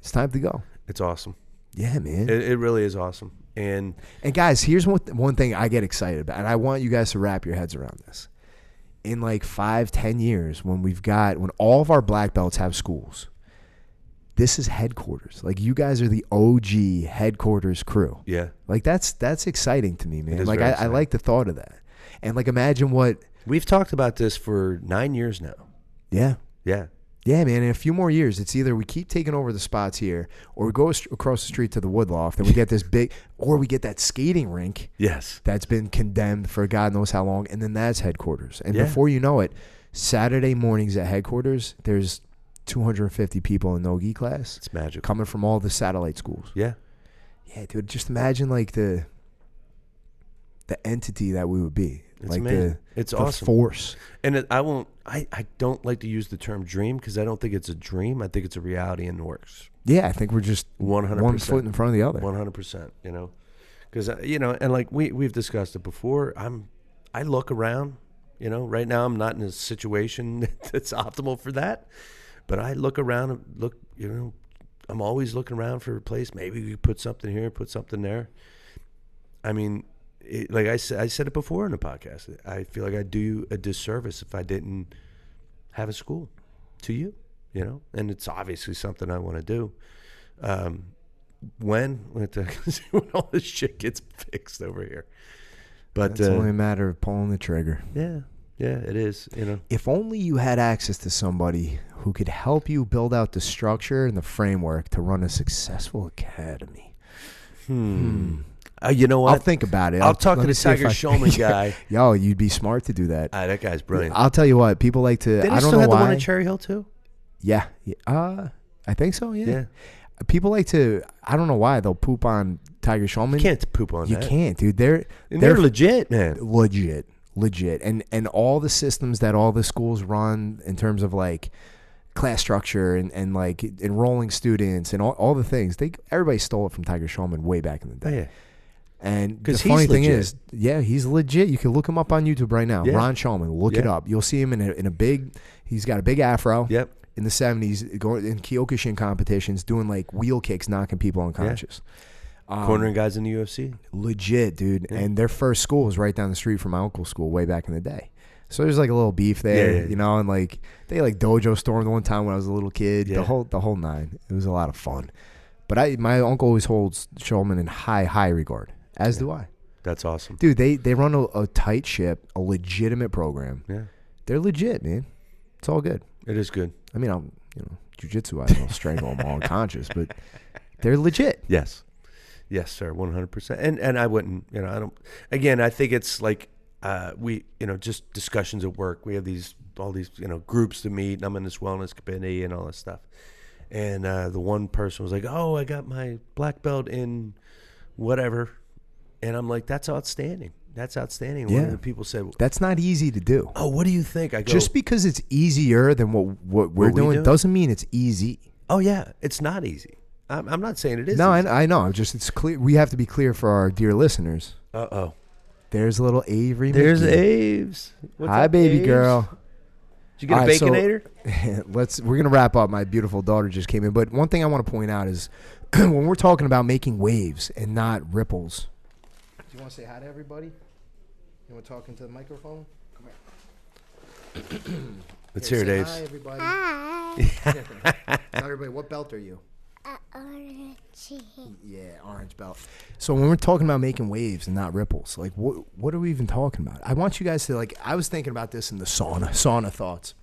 Speaker 1: It's time to go.
Speaker 2: It's awesome.
Speaker 1: Yeah, man.
Speaker 2: It, it really is awesome. And
Speaker 1: And guys, here's one one thing I get excited about, and I want you guys to wrap your heads around this. In like five, ten years, when we've got when all of our black belts have schools, this is headquarters. Like you guys are the OG headquarters crew.
Speaker 2: yeah,
Speaker 1: Like that's that's exciting to me, man.
Speaker 2: is
Speaker 1: Like
Speaker 2: very
Speaker 1: I, I
Speaker 2: exciting.
Speaker 1: like the thought of that. And like imagine what
Speaker 2: we've talked about this for nine years now.
Speaker 1: yeah.
Speaker 2: Yeah.
Speaker 1: Yeah, man. In a few more years, it's either we keep taking over the spots here, or we go ast- across the street to the Woodloft, and we get this big, or we get that skating rink
Speaker 2: Yes.
Speaker 1: that's been condemned for God knows how long, and then that's headquarters. And
Speaker 2: Yeah.
Speaker 1: before you know it, Saturday mornings at headquarters, there's 250 people in Nogi class
Speaker 2: It's magical.
Speaker 1: coming from all the satellite schools.
Speaker 2: Yeah.
Speaker 1: Yeah, dude, just imagine like the the entity that we would be,
Speaker 2: It's
Speaker 1: like
Speaker 2: amazing.
Speaker 1: the
Speaker 2: it's
Speaker 1: the
Speaker 2: awesome.
Speaker 1: force.
Speaker 2: and it, I won't. I, I don't like to use the term dream because I don't think it's a dream. I think it's a reality in the works.
Speaker 1: Yeah, I think we're just
Speaker 2: One hundred
Speaker 1: one foot
Speaker 2: percent.
Speaker 1: in front of the other.
Speaker 2: One hundred percent. You know, because you know, and like we we've discussed it before. I'm. I look around. You know, right now I'm not in a situation that's optimal for that, but I look around. and Look, you know, I'm always looking around for a place. Maybe we could put something here, put something there. I mean, it, like I said, I said it before in the podcast. I feel like I'd do a disservice if I didn't have a school to you, you know. And it's obviously something I want to do. Um, when when, it, when all this shit gets fixed over here, but
Speaker 1: It's
Speaker 2: uh,
Speaker 1: only a matter of pulling the trigger.
Speaker 2: yeah, yeah, it is. You know,
Speaker 1: If only you had access to somebody who could help you build out the structure and the framework to run a successful academy.
Speaker 2: hmm. Uh, you know
Speaker 1: I'll
Speaker 2: what?
Speaker 1: think about it.
Speaker 2: I'll talk
Speaker 1: let
Speaker 2: to
Speaker 1: me
Speaker 2: the
Speaker 1: see if
Speaker 2: Tiger
Speaker 1: I-
Speaker 2: Showman
Speaker 1: Yeah.
Speaker 2: guy.
Speaker 1: Yo, you'd be smart to do that.
Speaker 2: Ah, that guy's brilliant.
Speaker 1: I'll tell you what, people like to.
Speaker 2: Didn't
Speaker 1: I don't
Speaker 2: he still
Speaker 1: know
Speaker 2: have the
Speaker 1: why.
Speaker 2: one at Cherry Hill too?
Speaker 1: yeah, yeah. Uh, I think so. Yeah.
Speaker 2: Yeah,
Speaker 1: People like to. I don't know why they'll poop on Tiger Showman.
Speaker 2: you can't poop on
Speaker 1: You
Speaker 2: that.
Speaker 1: can't, dude. They're
Speaker 2: And they're,
Speaker 1: they're
Speaker 2: legit, man.
Speaker 1: legit legit and and all the systems that all the schools run in terms of like class structure and, and like enrolling students and all, all the things they everybody stole it from tiger Shulman way back in the day
Speaker 2: Yeah.
Speaker 1: and the
Speaker 2: 'Cause he's
Speaker 1: funny thing
Speaker 2: legit.
Speaker 1: is yeah he's legit you can look him up on youtube right now
Speaker 2: Yeah.
Speaker 1: ron Shulman. look it
Speaker 2: Yeah.
Speaker 1: up you'll see him in a, in a big he's got a big afro
Speaker 2: Yep.
Speaker 1: in the 70s going in kyokushin competitions doing like wheel kicks knocking people unconscious Um,
Speaker 2: Cornering guys in the UFC.
Speaker 1: legit, dude.
Speaker 2: Yeah.
Speaker 1: And their first school was right down the street from my uncle's school way back in the day. So there's like a little beef there,
Speaker 2: Yeah, yeah,
Speaker 1: you know, and like they like dojo stormed one time when I was a little kid.
Speaker 2: Yeah.
Speaker 1: The whole the whole nine. It was a lot of fun. But I my uncle always holds Shulman in high high regard, as do I.
Speaker 2: That's awesome.
Speaker 1: Dude, they they run a, a tight ship, a legitimate program.
Speaker 2: Yeah,
Speaker 1: They're legit, man. It's all good.
Speaker 2: it is good.
Speaker 1: I mean, I'm you know jujitsu, I will strangle them all unconscious, but they're legit.
Speaker 2: Yes, yes, sir, one hundred percent. And and I wouldn't, you know, I don't. Again, I think it's like uh, we, you know, just discussions at work. We have these all these you know groups to meet, and I'm in this wellness committee and all this stuff. And uh, the one person was like, "Oh, I got my black belt in whatever," and I'm like, "That's outstanding. That's outstanding." One
Speaker 1: Yeah.
Speaker 2: of the people said,
Speaker 1: That's not easy to do.
Speaker 2: "Oh, what do you think?" I go,
Speaker 1: Just because it's easier than what what we're
Speaker 2: What we
Speaker 1: doing
Speaker 2: do?
Speaker 1: doesn't mean it's easy.
Speaker 2: "Oh yeah, it's not easy." I'm, I'm not saying it is.
Speaker 1: no, I, I know. I'm Just it's clear. We have to be clear for our dear listeners.
Speaker 2: Uh oh.
Speaker 1: There's little Avery.
Speaker 2: There's
Speaker 1: McGee.
Speaker 2: Aves. What's
Speaker 1: Hi,
Speaker 2: up,
Speaker 1: baby
Speaker 2: Aves?
Speaker 1: girl.
Speaker 2: Did you get
Speaker 1: All
Speaker 2: a
Speaker 1: right, so-
Speaker 2: baconator?
Speaker 1: Let's. We're gonna wrap up. My beautiful daughter just came in, but one thing I want to point out is when we're talking about making waves and not ripples. Do you want to say hi to everybody? You want to talk into the microphone? Come here.
Speaker 2: Let's hear it, Aves.
Speaker 1: everybody.
Speaker 3: Hi.
Speaker 1: Tell everybody what belt are you?
Speaker 3: Uh, orangey.
Speaker 1: Yeah, orange belt. So when we're talking about making waves and not ripples, like what what are we even talking about? I want you guys to like. I was thinking about this in the sauna. Sauna thoughts.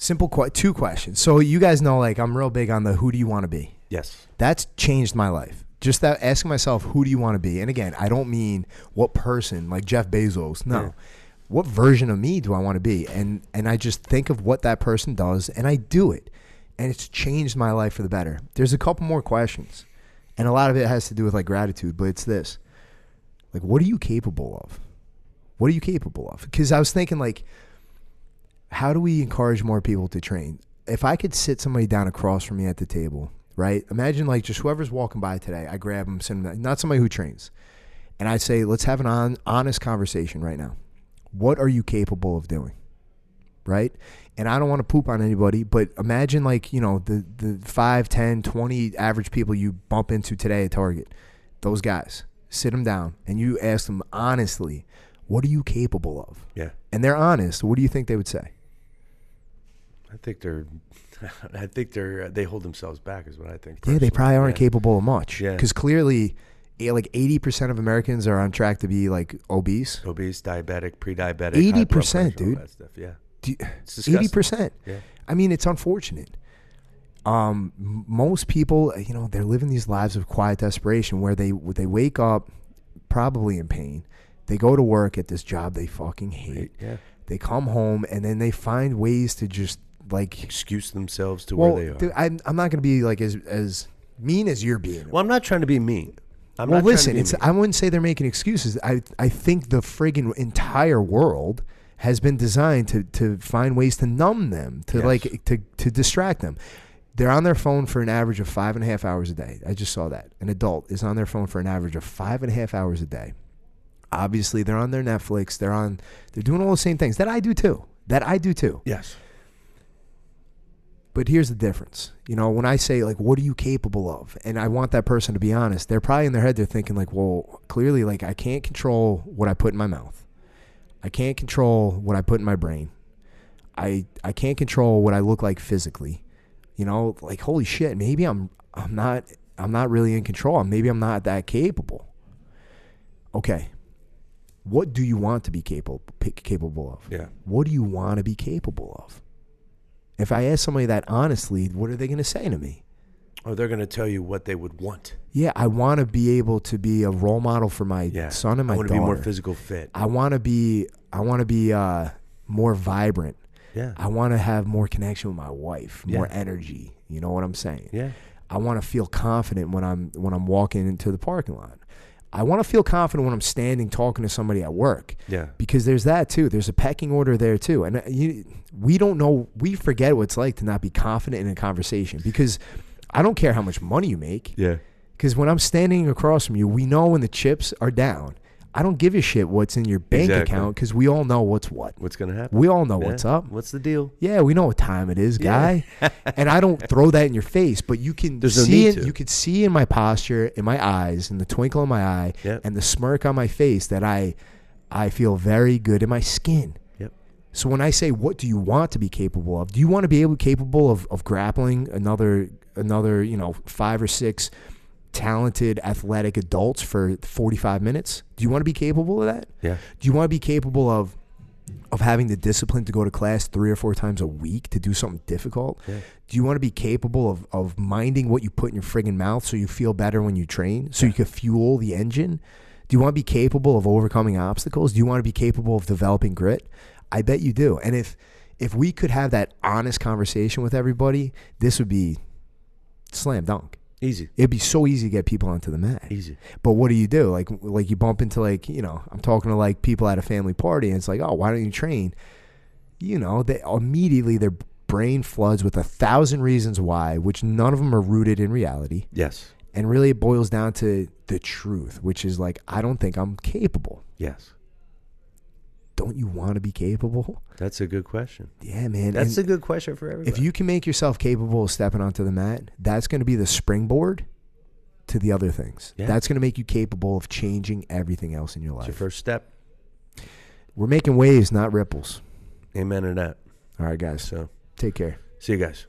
Speaker 1: Simple, qu- two questions. So you guys know, like, I'm real big on the who do you want to be.
Speaker 2: Yes.
Speaker 1: That's changed my life. Just that asking myself, who do you want to be? And again, I don't mean what person, like Jeff Bezos. No.
Speaker 2: Yeah.
Speaker 1: What version of me do I want to be? And and I just think of what that person does and I do it. And it's changed my life for the better. There's a couple more questions. And a lot of it has to do with like gratitude, but it's this. Like what are you capable of? What are you capable of? Cuz I was thinking like how do we encourage more people to train? If I could sit somebody down across from me at the table, right? Imagine like just whoever's walking by today, I grab them, send them, not somebody who trains. And I'd say, let's have an on, honest conversation right now. What are you capable of doing? Right? And I don't want to poop on anybody, but imagine like, you know, the, the 5, 10, 20 average people you bump into today at Target, those guys, sit them down and you ask them honestly, what are you capable of?
Speaker 2: Yeah.
Speaker 1: And they're honest. What do you think they would say?
Speaker 2: I think they're. I think they're. uh, They hold themselves back, is what I think.
Speaker 1: Yeah, they
Speaker 2: personally.
Speaker 1: probably aren't
Speaker 2: Yeah.
Speaker 1: capable of much.
Speaker 2: Yeah.
Speaker 1: Because clearly, eh, like eighty percent of Americans are on track to be like obese.
Speaker 2: Obese, diabetic, pre-diabetic. high blood
Speaker 1: 80%,
Speaker 2: pressure, all
Speaker 1: dude.
Speaker 2: that stuff, Yeah. It's
Speaker 1: Eighty
Speaker 2: disgusting.
Speaker 1: percent.
Speaker 2: Yeah.
Speaker 1: I mean, it's unfortunate. Um, m- most people, eh, you know, they're living these lives of quiet desperation where they they wake up probably in pain. They go to work at this job they fucking hate.
Speaker 2: Yeah.
Speaker 1: They come home and then they find ways to just like.
Speaker 2: Excuse themselves to
Speaker 1: Well,
Speaker 2: where they are.
Speaker 1: dude, I'm I'm not gonna be like as as mean as you're being.
Speaker 2: well, I'm not trying to be mean. I'm
Speaker 1: well,
Speaker 2: not
Speaker 1: listen,
Speaker 2: trying to
Speaker 1: it's,
Speaker 2: be mean.
Speaker 1: I wouldn't say they're making excuses. I, I think the friggin' entire world has been designed to, to find ways to numb them, to
Speaker 2: Yes.
Speaker 1: like to, to distract them. They're on their phone for an average of five and a half hours a day. I just saw that. An adult is on their phone for an average of five and a half hours a day. Obviously, they're on their Netflix. They're on. They're doing all the same things that I do too. That I do too.
Speaker 2: yes.
Speaker 1: But here's the difference. You know, when I say like, what are you capable of? And I want that person to be honest. They're probably in their head. They're thinking like, well, clearly, like I can't control what I put in my mouth. I can't control what I put in my brain. I I can't control what I look like physically. You know, like holy shit, maybe I'm I'm not I'm not really in control. Maybe I'm not that capable. Okay. What do you want to be capable capable of?
Speaker 2: Yeah.
Speaker 1: What do you want to be capable of? If I ask somebody that honestly, what are they going to say to me?
Speaker 2: Or Oh, they're going to tell you what they would want.
Speaker 1: Yeah, I want to be able to be a role model for my
Speaker 2: Yeah.
Speaker 1: son and my
Speaker 2: I
Speaker 1: daughter.
Speaker 2: to be more physical fit.
Speaker 1: I want to be I want to be uh, more vibrant.
Speaker 2: yeah.
Speaker 1: I want to have more connection with my wife, more
Speaker 2: Yeah.
Speaker 1: energy. You know what I'm saying?
Speaker 2: yeah.
Speaker 1: I want to feel confident when I'm when I'm walking into the parking lot. I want to feel confident when I'm standing talking to somebody at work.
Speaker 2: Yeah.
Speaker 1: Because there's that too. There's a pecking order there too. And uh, you, we don't know we forget what it's like to not be confident in a conversation because I don't care how much money you make.
Speaker 2: Yeah.
Speaker 1: Because when I'm standing across from you, we know when the chips are down. I don't give a shit what's in your bank account 'cause
Speaker 2: Exactly.
Speaker 1: account because we all know what's what.
Speaker 2: What's going to happen?
Speaker 1: We all know
Speaker 2: Yeah.
Speaker 1: what's up.
Speaker 2: What's the deal?
Speaker 1: Yeah, we know what time it is, guy. and I don't throw that in your face, but you can
Speaker 2: There's no
Speaker 1: see
Speaker 2: need
Speaker 1: it.
Speaker 2: to.
Speaker 1: You could see in my posture, in my eyes, in the twinkle in my eye,
Speaker 2: Yep.
Speaker 1: and the smirk on my face that I, I feel very good in my skin.
Speaker 2: Yep.
Speaker 1: So when I say, "What do you want to be capable of?" Do you want to be able capable of of grappling another another you know five or six talented athletic adults for 45 minutes? Do you want to be capable of that?
Speaker 2: Yeah.
Speaker 1: Do you want to be capable of of having the discipline to go to class three or four times a week to do something difficult?
Speaker 2: Yeah.
Speaker 1: Do you want to be capable of of minding what you put in your friggin' mouth so you feel better when you train, so you can fuel the engine? Do you want to be capable of overcoming obstacles? Do you want to be capable of developing grit? I bet you do. And if if we could have that honest conversation with everybody, this would be slam dunk.
Speaker 2: Easy.
Speaker 1: It'd be so easy to get people onto the mat.
Speaker 2: Easy.
Speaker 1: But what do you do? Like like you bump into like, you know, I'm talking to like people at a family party and it's like, "Oh, why don't you train?" You know, they immediately their brain floods with a thousand reasons why, which none of them are rooted in reality.
Speaker 2: Yes.
Speaker 1: And really it boils down to the truth, which is like, I don't think I'm capable.
Speaker 2: Yes.
Speaker 1: Don't you want to be capable?
Speaker 2: That's a good question.
Speaker 1: Yeah, man.
Speaker 2: That's
Speaker 1: And
Speaker 2: a good question for everybody.
Speaker 1: if you can make yourself capable of stepping onto the mat, that's going to be the springboard to the other things.
Speaker 2: Yeah.
Speaker 1: That's going to make you capable of changing everything else in your life.
Speaker 2: it's your first step.
Speaker 1: We're making waves, not ripples.
Speaker 2: Amen to that.
Speaker 1: All right, guys.
Speaker 2: So
Speaker 1: Take care.
Speaker 2: see you guys.